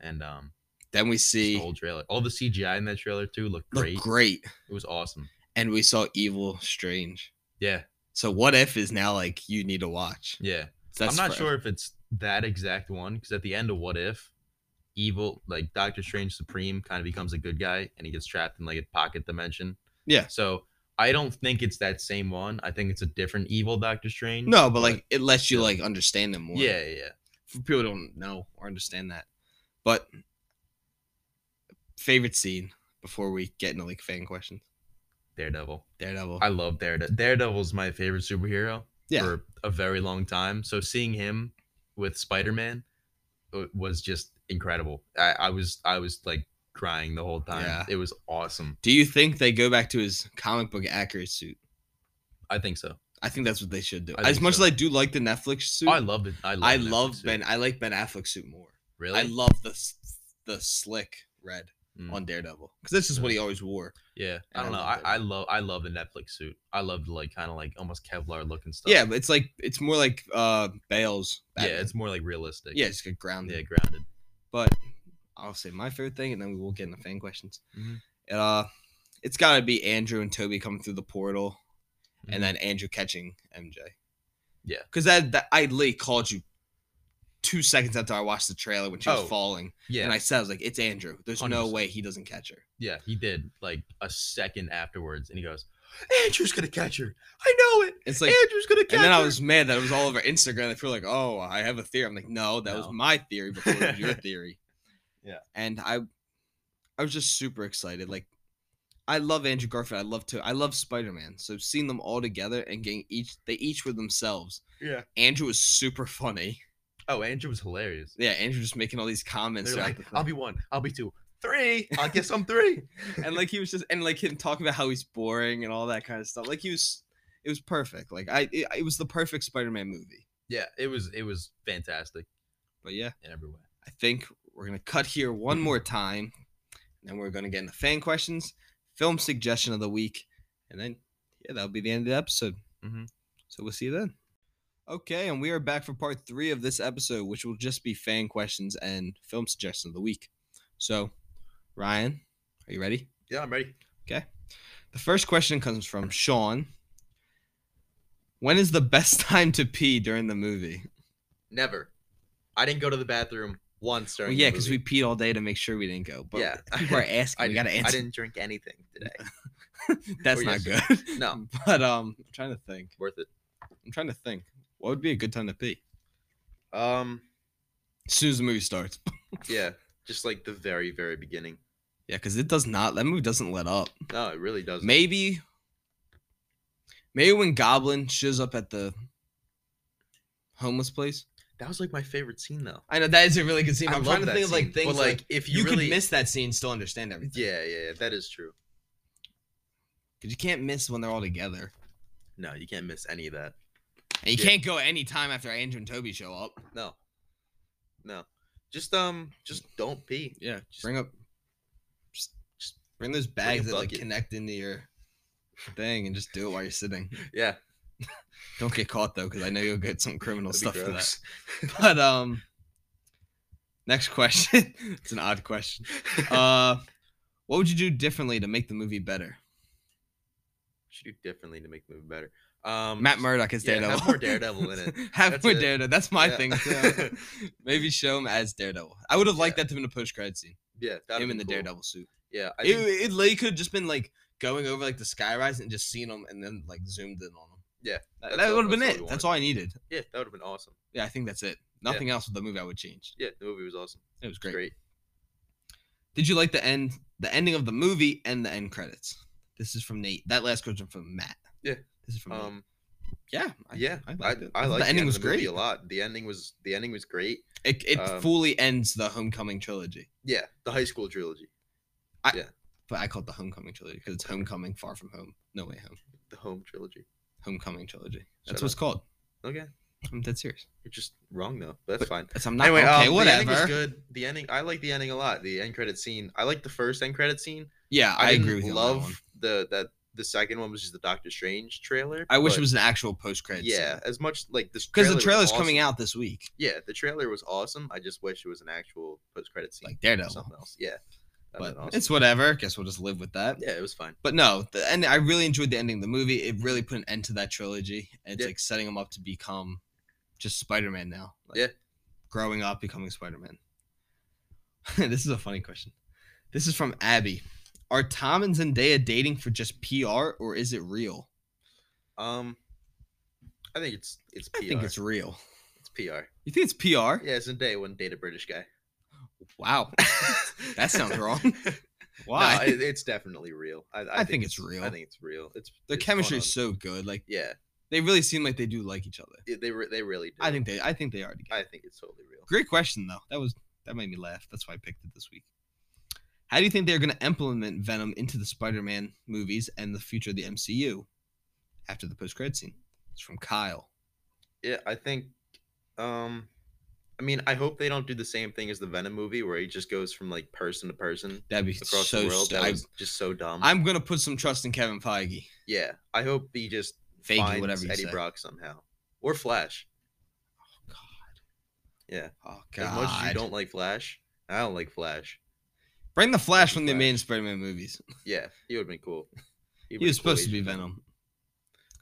Speaker 2: and um
Speaker 1: Then we
Speaker 2: just the
Speaker 1: see
Speaker 2: whole trailer. All the CGI in that trailer too looked
Speaker 1: look
Speaker 2: great.
Speaker 1: great,
Speaker 2: It was awesome.
Speaker 1: and we saw Evil Strange.
Speaker 2: Yeah,
Speaker 1: So what if is now like you need to watch.
Speaker 2: yeah.
Speaker 1: So that's
Speaker 2: I'm not
Speaker 1: for-
Speaker 2: sure if it's that exact one because at the end of What If, evil like Doctor Strange Supreme kind of becomes a good guy and he gets trapped in like a pocket dimension.
Speaker 1: Yeah.
Speaker 2: So I don't think it's that same one. I think it's a different evil Doctor Strange.
Speaker 1: No, but like it lets you
Speaker 2: yeah.
Speaker 1: like understand them more.
Speaker 2: yeah, yeah,
Speaker 1: For people who don't know or understand that. But favorite scene before we get into like fan questions.
Speaker 2: Daredevil.
Speaker 1: Daredevil.
Speaker 2: I love Daredevil. Daredevil's my favorite superhero
Speaker 1: Yeah.
Speaker 2: for a very long time. So seeing him with Spider Man was just incredible. I, I was I was like crying the whole time.
Speaker 1: Yeah.
Speaker 2: It was awesome.
Speaker 1: Do you think they go back to his comic book accurate suit?
Speaker 2: I think so.
Speaker 1: I think that's what they should do.
Speaker 2: I
Speaker 1: as
Speaker 2: think
Speaker 1: much
Speaker 2: so.
Speaker 1: as I do like the Netflix suit,
Speaker 2: Oh, I loved it. I love
Speaker 1: I
Speaker 2: that
Speaker 1: love
Speaker 2: suit.
Speaker 1: Ben. I like Ben Affleck's suit more.
Speaker 2: Really?
Speaker 1: I love the s- the slick red
Speaker 2: Mm.
Speaker 1: on Daredevil because this is what he always wore.
Speaker 2: yeah. I
Speaker 1: and
Speaker 2: don't
Speaker 1: I
Speaker 2: know. I,
Speaker 1: love
Speaker 2: I
Speaker 1: Daredevil.
Speaker 2: love I love the Netflix suit. I love the, like kind of like almost Kevlar looking stuff.
Speaker 1: Yeah, but it's like it's more like uh Bale's. Batman.
Speaker 2: yeah. It's more like realistic.
Speaker 1: yeah, it's like grounded.
Speaker 2: yeah, grounded.
Speaker 1: But I'll say my favorite thing, and then we will get into fan questions.
Speaker 2: Mhm.
Speaker 1: Uh, it's got to be Andrew and Toby coming through the portal,
Speaker 2: Mhm.
Speaker 1: and then Andrew catching MJ.
Speaker 2: Yeah.
Speaker 1: because that, that I late called you two seconds after I watched the trailer when she was
Speaker 2: Oh,
Speaker 1: falling,
Speaker 2: Yeah,
Speaker 1: and I said I was like, "It's Andrew. There's no
Speaker 2: 100%.
Speaker 1: way he doesn't catch her."
Speaker 2: yeah, he did like a second afterwards, and he goes, "Andrew's gonna catch her. I know it.
Speaker 1: It's like,
Speaker 2: Andrew's gonna catch
Speaker 1: and then
Speaker 2: her."
Speaker 1: I was mad that it was all over Instagram. If you're like, "Oh, I have a theory," I'm like, "No, that was
Speaker 2: No.
Speaker 1: my theory before it was your theory."
Speaker 2: Yeah.
Speaker 1: and I, I was just super excited. Like, I love Andrew Garfield. I love to. I love Spider Man. So seeing them all together and getting each, they each were themselves.
Speaker 2: yeah.
Speaker 1: Andrew was super funny.
Speaker 2: Oh, Andrew was hilarious.
Speaker 1: Yeah, Andrew just making all these comments.
Speaker 2: They're
Speaker 1: throughout
Speaker 2: like,
Speaker 1: the thing.
Speaker 2: "I'll be one. I'll be two. Three. I guess I'm three.
Speaker 1: and like he was just and like him talking about how he's boring and all that kind of stuff. Like he was, it was perfect. Like I, it, it was the perfect Spider-Man movie.
Speaker 2: yeah, it was it was fantastic
Speaker 1: But yeah,
Speaker 2: in every way.
Speaker 1: I think we're gonna cut here one more time, and then we're gonna get into fan questions, film suggestion of the week, and then yeah, that'll be the end of the episode.
Speaker 2: Mhm.
Speaker 1: So we'll see you then. Okay, and we are back for part three of this episode, which will just be fan questions and film suggestion of the week. So, Ryan, are you ready?
Speaker 2: Yeah, I'm ready.
Speaker 1: The first question comes from Sean. When is the best time to pee during the movie?
Speaker 2: Never. I didn't go to the bathroom once
Speaker 1: Well,
Speaker 2: during.
Speaker 1: yeah,
Speaker 2: the
Speaker 1: because
Speaker 2: movie.
Speaker 1: we peed all day to make sure we didn't go. But
Speaker 2: Yeah.
Speaker 1: people are asking.
Speaker 2: I,
Speaker 1: we gotta
Speaker 2: didn't- I
Speaker 1: answer.
Speaker 2: didn't drink anything today.
Speaker 1: That's
Speaker 2: or
Speaker 1: not
Speaker 2: yes.
Speaker 1: good.
Speaker 2: No.
Speaker 1: but um, I'm trying to think.
Speaker 2: Worth it.
Speaker 1: I'm trying to think. What would be a good time to pee?
Speaker 2: Um.
Speaker 1: As soon as the movie starts.
Speaker 2: Yeah. Just like the very, very beginning.
Speaker 1: yeah, because it does not. That movie doesn't let up.
Speaker 2: No, it really doesn't.
Speaker 1: Maybe. Maybe when Goblin shows up at the homeless place.
Speaker 2: that was like my favorite scene though.
Speaker 1: I know that is a really good scene.
Speaker 2: I
Speaker 1: but I'm
Speaker 2: love
Speaker 1: trying to
Speaker 2: that
Speaker 1: think of like
Speaker 2: scene,
Speaker 1: things
Speaker 2: but
Speaker 1: like,
Speaker 2: like if
Speaker 1: you,
Speaker 2: you, really
Speaker 1: could miss that scene, and still understand everything.
Speaker 2: Yeah, yeah, yeah, that is true.
Speaker 1: Because you can't miss when they're all together.
Speaker 2: No, you can't miss any of that.
Speaker 1: And you
Speaker 2: Yeah.
Speaker 1: can't go any time after Andrew and Toby show up.
Speaker 2: No. No. Just um just don't pee.
Speaker 1: Yeah.
Speaker 2: just-
Speaker 1: bring up just, just bring those
Speaker 2: a
Speaker 1: bags that like
Speaker 2: bucket.
Speaker 1: connect into your thing and just do it while you're sitting.
Speaker 2: Yeah.
Speaker 1: Don't get caught though, because I know you'll get some criminal
Speaker 2: that'd be
Speaker 1: stuff for that.
Speaker 2: gross.
Speaker 1: But um next question. it's an odd question. Uh what would you do differently to make the movie better?
Speaker 2: Should do differently to make the movie better. Um
Speaker 1: Matt
Speaker 2: just-
Speaker 1: Murdock is
Speaker 2: yeah, have
Speaker 1: Daredevil.
Speaker 2: more Daredevil in it.
Speaker 1: have
Speaker 2: That's
Speaker 1: more
Speaker 2: it.
Speaker 1: Daredevil. That's my
Speaker 2: Yeah.
Speaker 1: thing. too. Maybe show him as Daredevil. I would have liked
Speaker 2: Yeah.
Speaker 1: that to have been a post credit scene.
Speaker 2: Yeah, that'd
Speaker 1: him
Speaker 2: be
Speaker 1: in the
Speaker 2: cool.
Speaker 1: Daredevil suit.
Speaker 2: Yeah, I
Speaker 1: It,
Speaker 2: think,
Speaker 1: it literally could have just been like going over like the skyrise and just seeing him and then like zoomed in on him.
Speaker 2: Yeah,
Speaker 1: That,
Speaker 2: that's
Speaker 1: that
Speaker 2: all-
Speaker 1: would have been
Speaker 2: that's all
Speaker 1: it.
Speaker 2: we
Speaker 1: That's
Speaker 2: wanted.
Speaker 1: all I needed.
Speaker 2: yeah, that would have been awesome.
Speaker 1: Yeah, I think that's it. Nothing else with the movie I would change.
Speaker 2: Yeah, the movie was awesome.
Speaker 1: It was
Speaker 2: It was
Speaker 1: great.
Speaker 2: great.
Speaker 1: Did you like the end, the ending of the movie and the end credits? This is from Nate. That last question from Matt.
Speaker 2: Yeah.
Speaker 1: This is from Nate.
Speaker 2: Um,
Speaker 1: yeah. I,
Speaker 2: yeah,
Speaker 1: I
Speaker 2: I
Speaker 1: liked
Speaker 2: I,
Speaker 1: it. I thought
Speaker 2: liked
Speaker 1: the ending
Speaker 2: end
Speaker 1: was
Speaker 2: of the movie
Speaker 1: great.
Speaker 2: a lot. The ending was the ending was great.
Speaker 1: It, it
Speaker 2: um,
Speaker 1: fully ends the Homecoming trilogy,
Speaker 2: Yeah, the high school trilogy,
Speaker 1: but I call it the Homecoming trilogy because it's Homecoming, Far From Home, No Way Home,
Speaker 2: the home trilogy.
Speaker 1: Homecoming trilogy.
Speaker 2: Shut
Speaker 1: That's what it's called.
Speaker 2: Okay,
Speaker 1: I'm dead serious.
Speaker 2: you're just wrong though. But that's fine.
Speaker 1: That's I'm not
Speaker 2: anyway,
Speaker 1: okay.
Speaker 2: um,
Speaker 1: whatever.
Speaker 2: The ending was good. The ending, I like the ending a lot. The end credit scene. I like the first end credit scene.
Speaker 1: Yeah, I,
Speaker 2: didn't
Speaker 1: agree with you. on that
Speaker 2: Love
Speaker 1: one.
Speaker 2: the that the second one was just the Doctor Strange trailer.
Speaker 1: I wish
Speaker 2: but
Speaker 1: it was an actual post credit.
Speaker 2: Yeah, as much like this
Speaker 1: because the
Speaker 2: was
Speaker 1: trailer's
Speaker 2: awesome.
Speaker 1: coming out this week.
Speaker 2: Yeah, the trailer was awesome. I just wish it was an actual post credit scene,
Speaker 1: Like
Speaker 2: or
Speaker 1: Daredevil.
Speaker 2: something else. Yeah, That'd
Speaker 1: But
Speaker 2: been awesome.
Speaker 1: it's whatever. Guess we'll just live with that.
Speaker 2: yeah, it was fine.
Speaker 1: But no, the, and I really enjoyed the ending of the movie. It really put an end to that trilogy. And it's
Speaker 2: Yeah.
Speaker 1: like setting him up to become just Spider Man now. Like,
Speaker 2: Yeah.
Speaker 1: Growing up, becoming Spider Man. this is a funny question. This is from Abby. Are Tom and Zendaya dating for just PR or is it real?
Speaker 2: Um, I think it's it's PR.
Speaker 1: I think it's real.
Speaker 2: It's PR.
Speaker 1: You think it's PR?
Speaker 2: Yeah, Zendaya wouldn't date a British guy.
Speaker 1: Wow. That sounds wrong.
Speaker 2: No,
Speaker 1: Why?
Speaker 2: it- it's definitely real. I, I,
Speaker 1: think it's real.
Speaker 2: I think it's real. It's
Speaker 1: Their
Speaker 2: it's going
Speaker 1: chemistry
Speaker 2: on.
Speaker 1: is so good. Like
Speaker 2: yeah.
Speaker 1: they really seem like they do like each other.
Speaker 2: it- They re- they really do.
Speaker 1: I think they I think they are together.
Speaker 2: I think it's totally real.
Speaker 1: Great question though. That was that made me laugh. That's why I picked it this week. How do you think they're going to implement Venom into the Spider-Man movies and the future of the MCU after the post-credit scene? It's from Kyle.
Speaker 2: Yeah, I think. Um, I mean, I hope they don't do the same thing as the Venom movie, where he just goes from like person to person
Speaker 1: That'd be
Speaker 2: across
Speaker 1: so.
Speaker 2: the world.
Speaker 1: stu-
Speaker 2: that
Speaker 1: I,
Speaker 2: was just so dumb.
Speaker 1: I'm going to put some trust in Kevin Feige.
Speaker 2: yeah, I hope he just
Speaker 1: Feige,
Speaker 2: finds
Speaker 1: whatever you
Speaker 2: Eddie
Speaker 1: say.
Speaker 2: Brock somehow or Flash.
Speaker 1: God.
Speaker 2: Yeah,
Speaker 1: Oh
Speaker 2: as much as you
Speaker 1: God.
Speaker 2: don't like Flash, I don't like Flash.
Speaker 1: Bring the Flash
Speaker 2: the
Speaker 1: from the
Speaker 2: Flash.
Speaker 1: main Spider-Man movies.
Speaker 2: Yeah, he would have been cool.
Speaker 1: He was supposed to be Venom.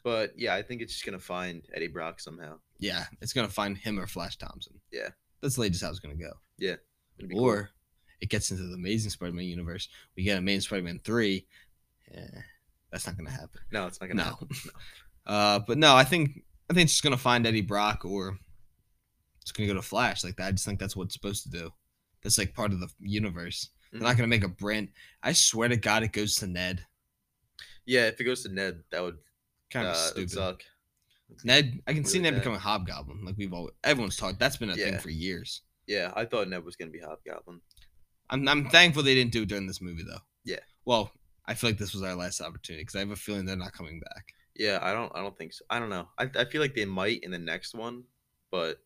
Speaker 2: but yeah, I think it's just gonna find Eddie Brock somehow.
Speaker 1: Yeah, it's going to find him or Flash Thompson.
Speaker 2: Yeah.
Speaker 1: That's the latest how it's going to go.
Speaker 2: It'd be cool.
Speaker 1: or it gets into the Amazing Spider-Man universe. We get Amazing Spider-Man three. Eh, that's not gonna happen.
Speaker 2: no, it's not gonna.
Speaker 1: No.
Speaker 2: happen.
Speaker 1: Uh, but no, I think I think it's just gonna find Eddie Brock or it's gonna go to Flash like that. I just think that's what it's supposed to do. That's like part of the universe. They're
Speaker 2: Mm-hmm.
Speaker 1: not gonna make a brand. I swear to God, it goes to Ned.
Speaker 2: Yeah, if it goes to Ned, that would
Speaker 1: Kind of
Speaker 2: uh, it would
Speaker 1: stupid.
Speaker 2: suck.
Speaker 1: Ned, I can see
Speaker 2: Really
Speaker 1: Ned
Speaker 2: bad.
Speaker 1: becoming Hobgoblin. Like we've all, everyone's talked. That's been a thing
Speaker 2: Yeah.
Speaker 1: for years.
Speaker 2: Yeah, I thought Ned was gonna be Hobgoblin.
Speaker 1: I'm, I'm thankful they didn't do it during this movie though.
Speaker 2: Yeah.
Speaker 1: Well, I feel like this was our last opportunity because I have a feeling they're not coming back.
Speaker 2: Yeah, I don't I don't think so. I don't know. I, I feel like they might in the next one, but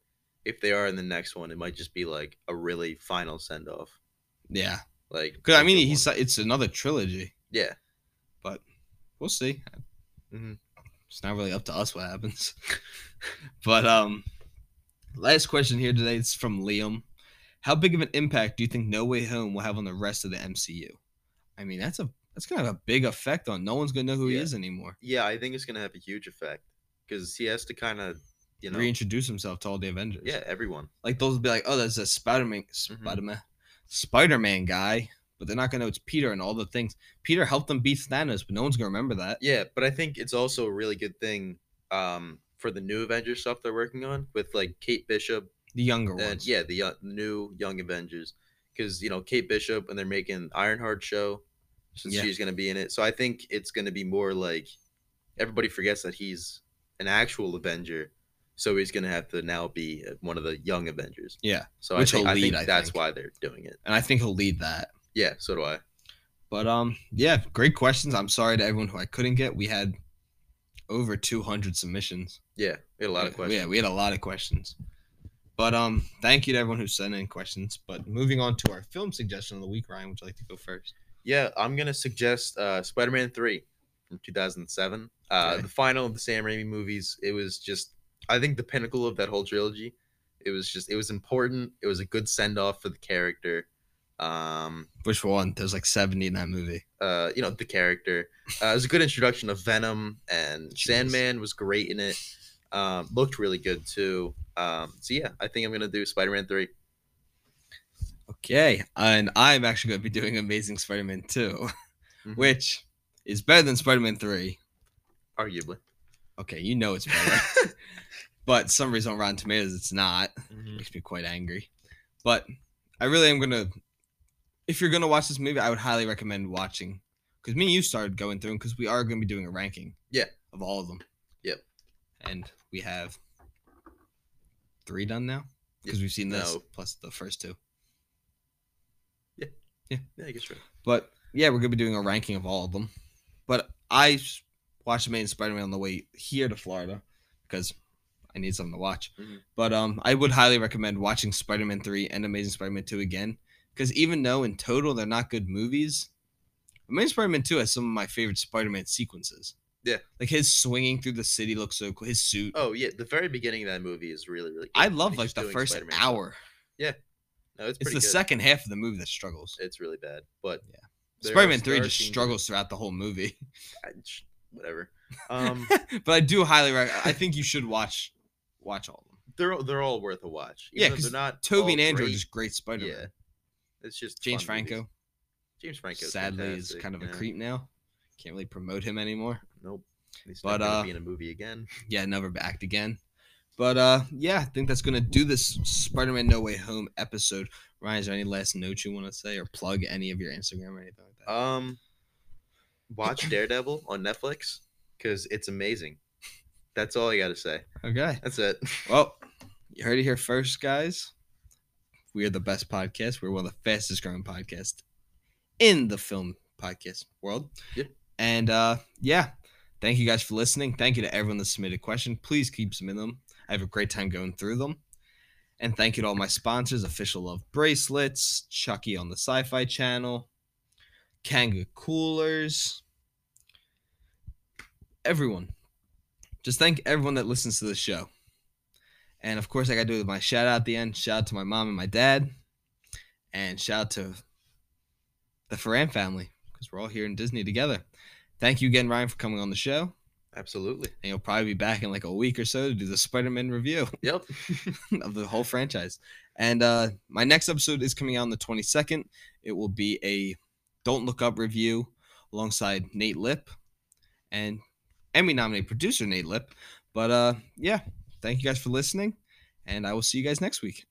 Speaker 2: if they are in the next one, it might just be like a really final send off.
Speaker 1: Yeah,
Speaker 2: Like
Speaker 1: because I
Speaker 2: a
Speaker 1: mean,
Speaker 2: good
Speaker 1: he's
Speaker 2: one.
Speaker 1: it's another trilogy,
Speaker 2: yeah.
Speaker 1: but we'll see.
Speaker 2: Mhm.
Speaker 1: It's not really up to us what happens. but um, last question here today is from Liam. How big of an impact do you think No Way Home will have on the rest of the MCU? I mean, that's a that's kind of a big effect on. No one's gonna know who he
Speaker 2: Yeah.
Speaker 1: is anymore.
Speaker 2: Yeah, I think it's gonna have a huge effect because he has to kind of you know
Speaker 1: Reintroduce himself to all the Avengers.
Speaker 2: yeah everyone
Speaker 1: like those will be like, oh, there's a Spider Man,
Speaker 2: Mm-hmm.
Speaker 1: Spider Man, Spider Man guy, but they're not gonna know it's Peter and all the things. Peter helped them beat Thanos, but no one's gonna remember that.
Speaker 2: yeah. But I think it's also a really good thing um for the new Avengers stuff they're working on with like Kate Bishop
Speaker 1: The younger
Speaker 2: and
Speaker 1: ones.
Speaker 2: yeah, the uh, new Young Avengers, because you know Kate Bishop and they're making Ironheart show, since
Speaker 1: Yeah.
Speaker 2: she's gonna be in it. So I think it's gonna be more like everybody forgets that he's an actual Avenger, so he's gonna have to now be uh, one of the Young Avengers.
Speaker 1: Yeah,
Speaker 2: So
Speaker 1: which
Speaker 2: I think,
Speaker 1: he'll
Speaker 2: I
Speaker 1: lead,
Speaker 2: think
Speaker 1: I
Speaker 2: that's
Speaker 1: think.
Speaker 2: why they're doing it.
Speaker 1: And I think he'll lead that.
Speaker 2: Yeah, so do I.
Speaker 1: But um, yeah, great questions. I'm sorry to everyone who I couldn't get. We had over 200 submissions.
Speaker 2: Yeah, we had a lot of
Speaker 1: Yeah,
Speaker 2: questions.
Speaker 1: Yeah, we had a lot of questions. But um, thank you to everyone who sent in questions. But moving on to our film suggestion of the week, Ryan, would you like to go first?
Speaker 2: Yeah, I'm gonna suggest uh, Spider-Man Three from 2007. Uh,
Speaker 1: Okay.
Speaker 2: The final of the Sam Raimi movies. It was just, I think, the pinnacle of that whole trilogy. It was just, it was important. It was a good send-off for the character. Um,
Speaker 1: Which one? There's like 70 in that movie.
Speaker 2: uh, you know, the character. Uh, it was a good introduction of Venom, and
Speaker 1: Jeez.
Speaker 2: Sandman was great in it. Um, looked really good too. Um, so yeah, I think I'm gonna do Spider-Man Three.
Speaker 1: Okay, and I'm actually going to be doing Amazing Spider-Man 2,
Speaker 2: Mhm.
Speaker 1: which is better than Spider-Man 3.
Speaker 2: Arguably,
Speaker 1: Okay, you know it's better, but some reason on Rotten Tomatoes it's not. makes me quite angry. But I really am gonna. If you're gonna watch this movie, I would highly recommend watching because me and you started going through because we are gonna be doing a ranking.
Speaker 2: Yeah.
Speaker 1: Of all of them.
Speaker 2: Yep.
Speaker 1: And we have three done now because we've seen this
Speaker 2: No.
Speaker 1: plus the first two.
Speaker 2: yeah, I guess right.
Speaker 1: But yeah, we're gonna be doing a ranking of all of them. But I s- watched Amazing Spider-Man on the way here to Florida because I need something to watch.
Speaker 2: Mhm.
Speaker 1: But um, I would highly recommend watching Spider-Man three and Amazing Spider-Man two again because even though in total they're not good movies, Amazing Spider-Man Two has some of my favorite Spider-Man sequences.
Speaker 2: Yeah.
Speaker 1: like his swinging through the city looks so cool. His suit.
Speaker 2: Oh yeah, the very beginning of that movie is really really. good
Speaker 1: I
Speaker 2: when
Speaker 1: love
Speaker 2: he's
Speaker 1: like the
Speaker 2: doing
Speaker 1: first
Speaker 2: Spider-Man stuff.
Speaker 1: hour.
Speaker 2: No, it's
Speaker 1: It's
Speaker 2: pretty
Speaker 1: the
Speaker 2: good.
Speaker 1: second half of the movie that struggles.
Speaker 2: It's really bad, but
Speaker 1: Yeah.
Speaker 2: there are-
Speaker 1: Spider-Man Three
Speaker 2: there are
Speaker 1: just
Speaker 2: scenes-
Speaker 1: struggles throughout the whole movie.
Speaker 2: I- sh- Whatever. Um,
Speaker 1: but I do highly recommend. I think you should watch watch all of them.
Speaker 2: they're all- they're all worth a watch.
Speaker 1: Yeah,
Speaker 2: though
Speaker 1: 'cause
Speaker 2: they're not all
Speaker 1: Toby and Andrew are
Speaker 2: great,
Speaker 1: just great Spider-Man.
Speaker 2: Yeah, it's just
Speaker 1: James
Speaker 2: fun movies.
Speaker 1: Franco,
Speaker 2: James Franco,
Speaker 1: sadly, is kind of a creep now. Can't really promote him anymore.
Speaker 2: Nope. He's
Speaker 1: But,
Speaker 2: not gonna
Speaker 1: uh,
Speaker 2: be in a movie again.
Speaker 1: yeah, never backed again. But uh yeah, I think that's gonna do this Spider-Man No Way Home episode. Ryan, is there any last note you want to say or plug any of your Instagram or anything like that?
Speaker 2: Um, watch Daredevil on Netflix because it's amazing. That's all I gotta say.
Speaker 1: okay.
Speaker 2: That's it.
Speaker 1: Well, you heard it here first, guys. We are the best podcast. We're one of the fastest growing podcasts in the film podcast world.
Speaker 2: Yep.
Speaker 1: And uh yeah, thank you guys for listening. Thank you to everyone that submitted questions. Please keep submitting them. I have a great time going through them. And thank you to all my sponsors, Official Love Bracelets, Chucky on the Sci-Fi Channel, Kanga Coolers, everyone. Just thank everyone that listens to the show. And of course, I got to do my shout out at the end. Shout out to my mom and my dad. And shout out to the Ferran family because we're all here in Disney together. Thank you again, Ryan, for coming on the show.
Speaker 2: Absolutely.
Speaker 1: And you'll probably be back in like a week or so to do the Spider Man review
Speaker 2: Yep.
Speaker 1: of the whole franchise. And uh, my next episode is coming out on the 22nd. It will be a Don't Look Up review alongside Nate Lip and Emmy nominated producer Nate Lip. But uh, yeah, thank you guys for listening. And I will see you guys next week.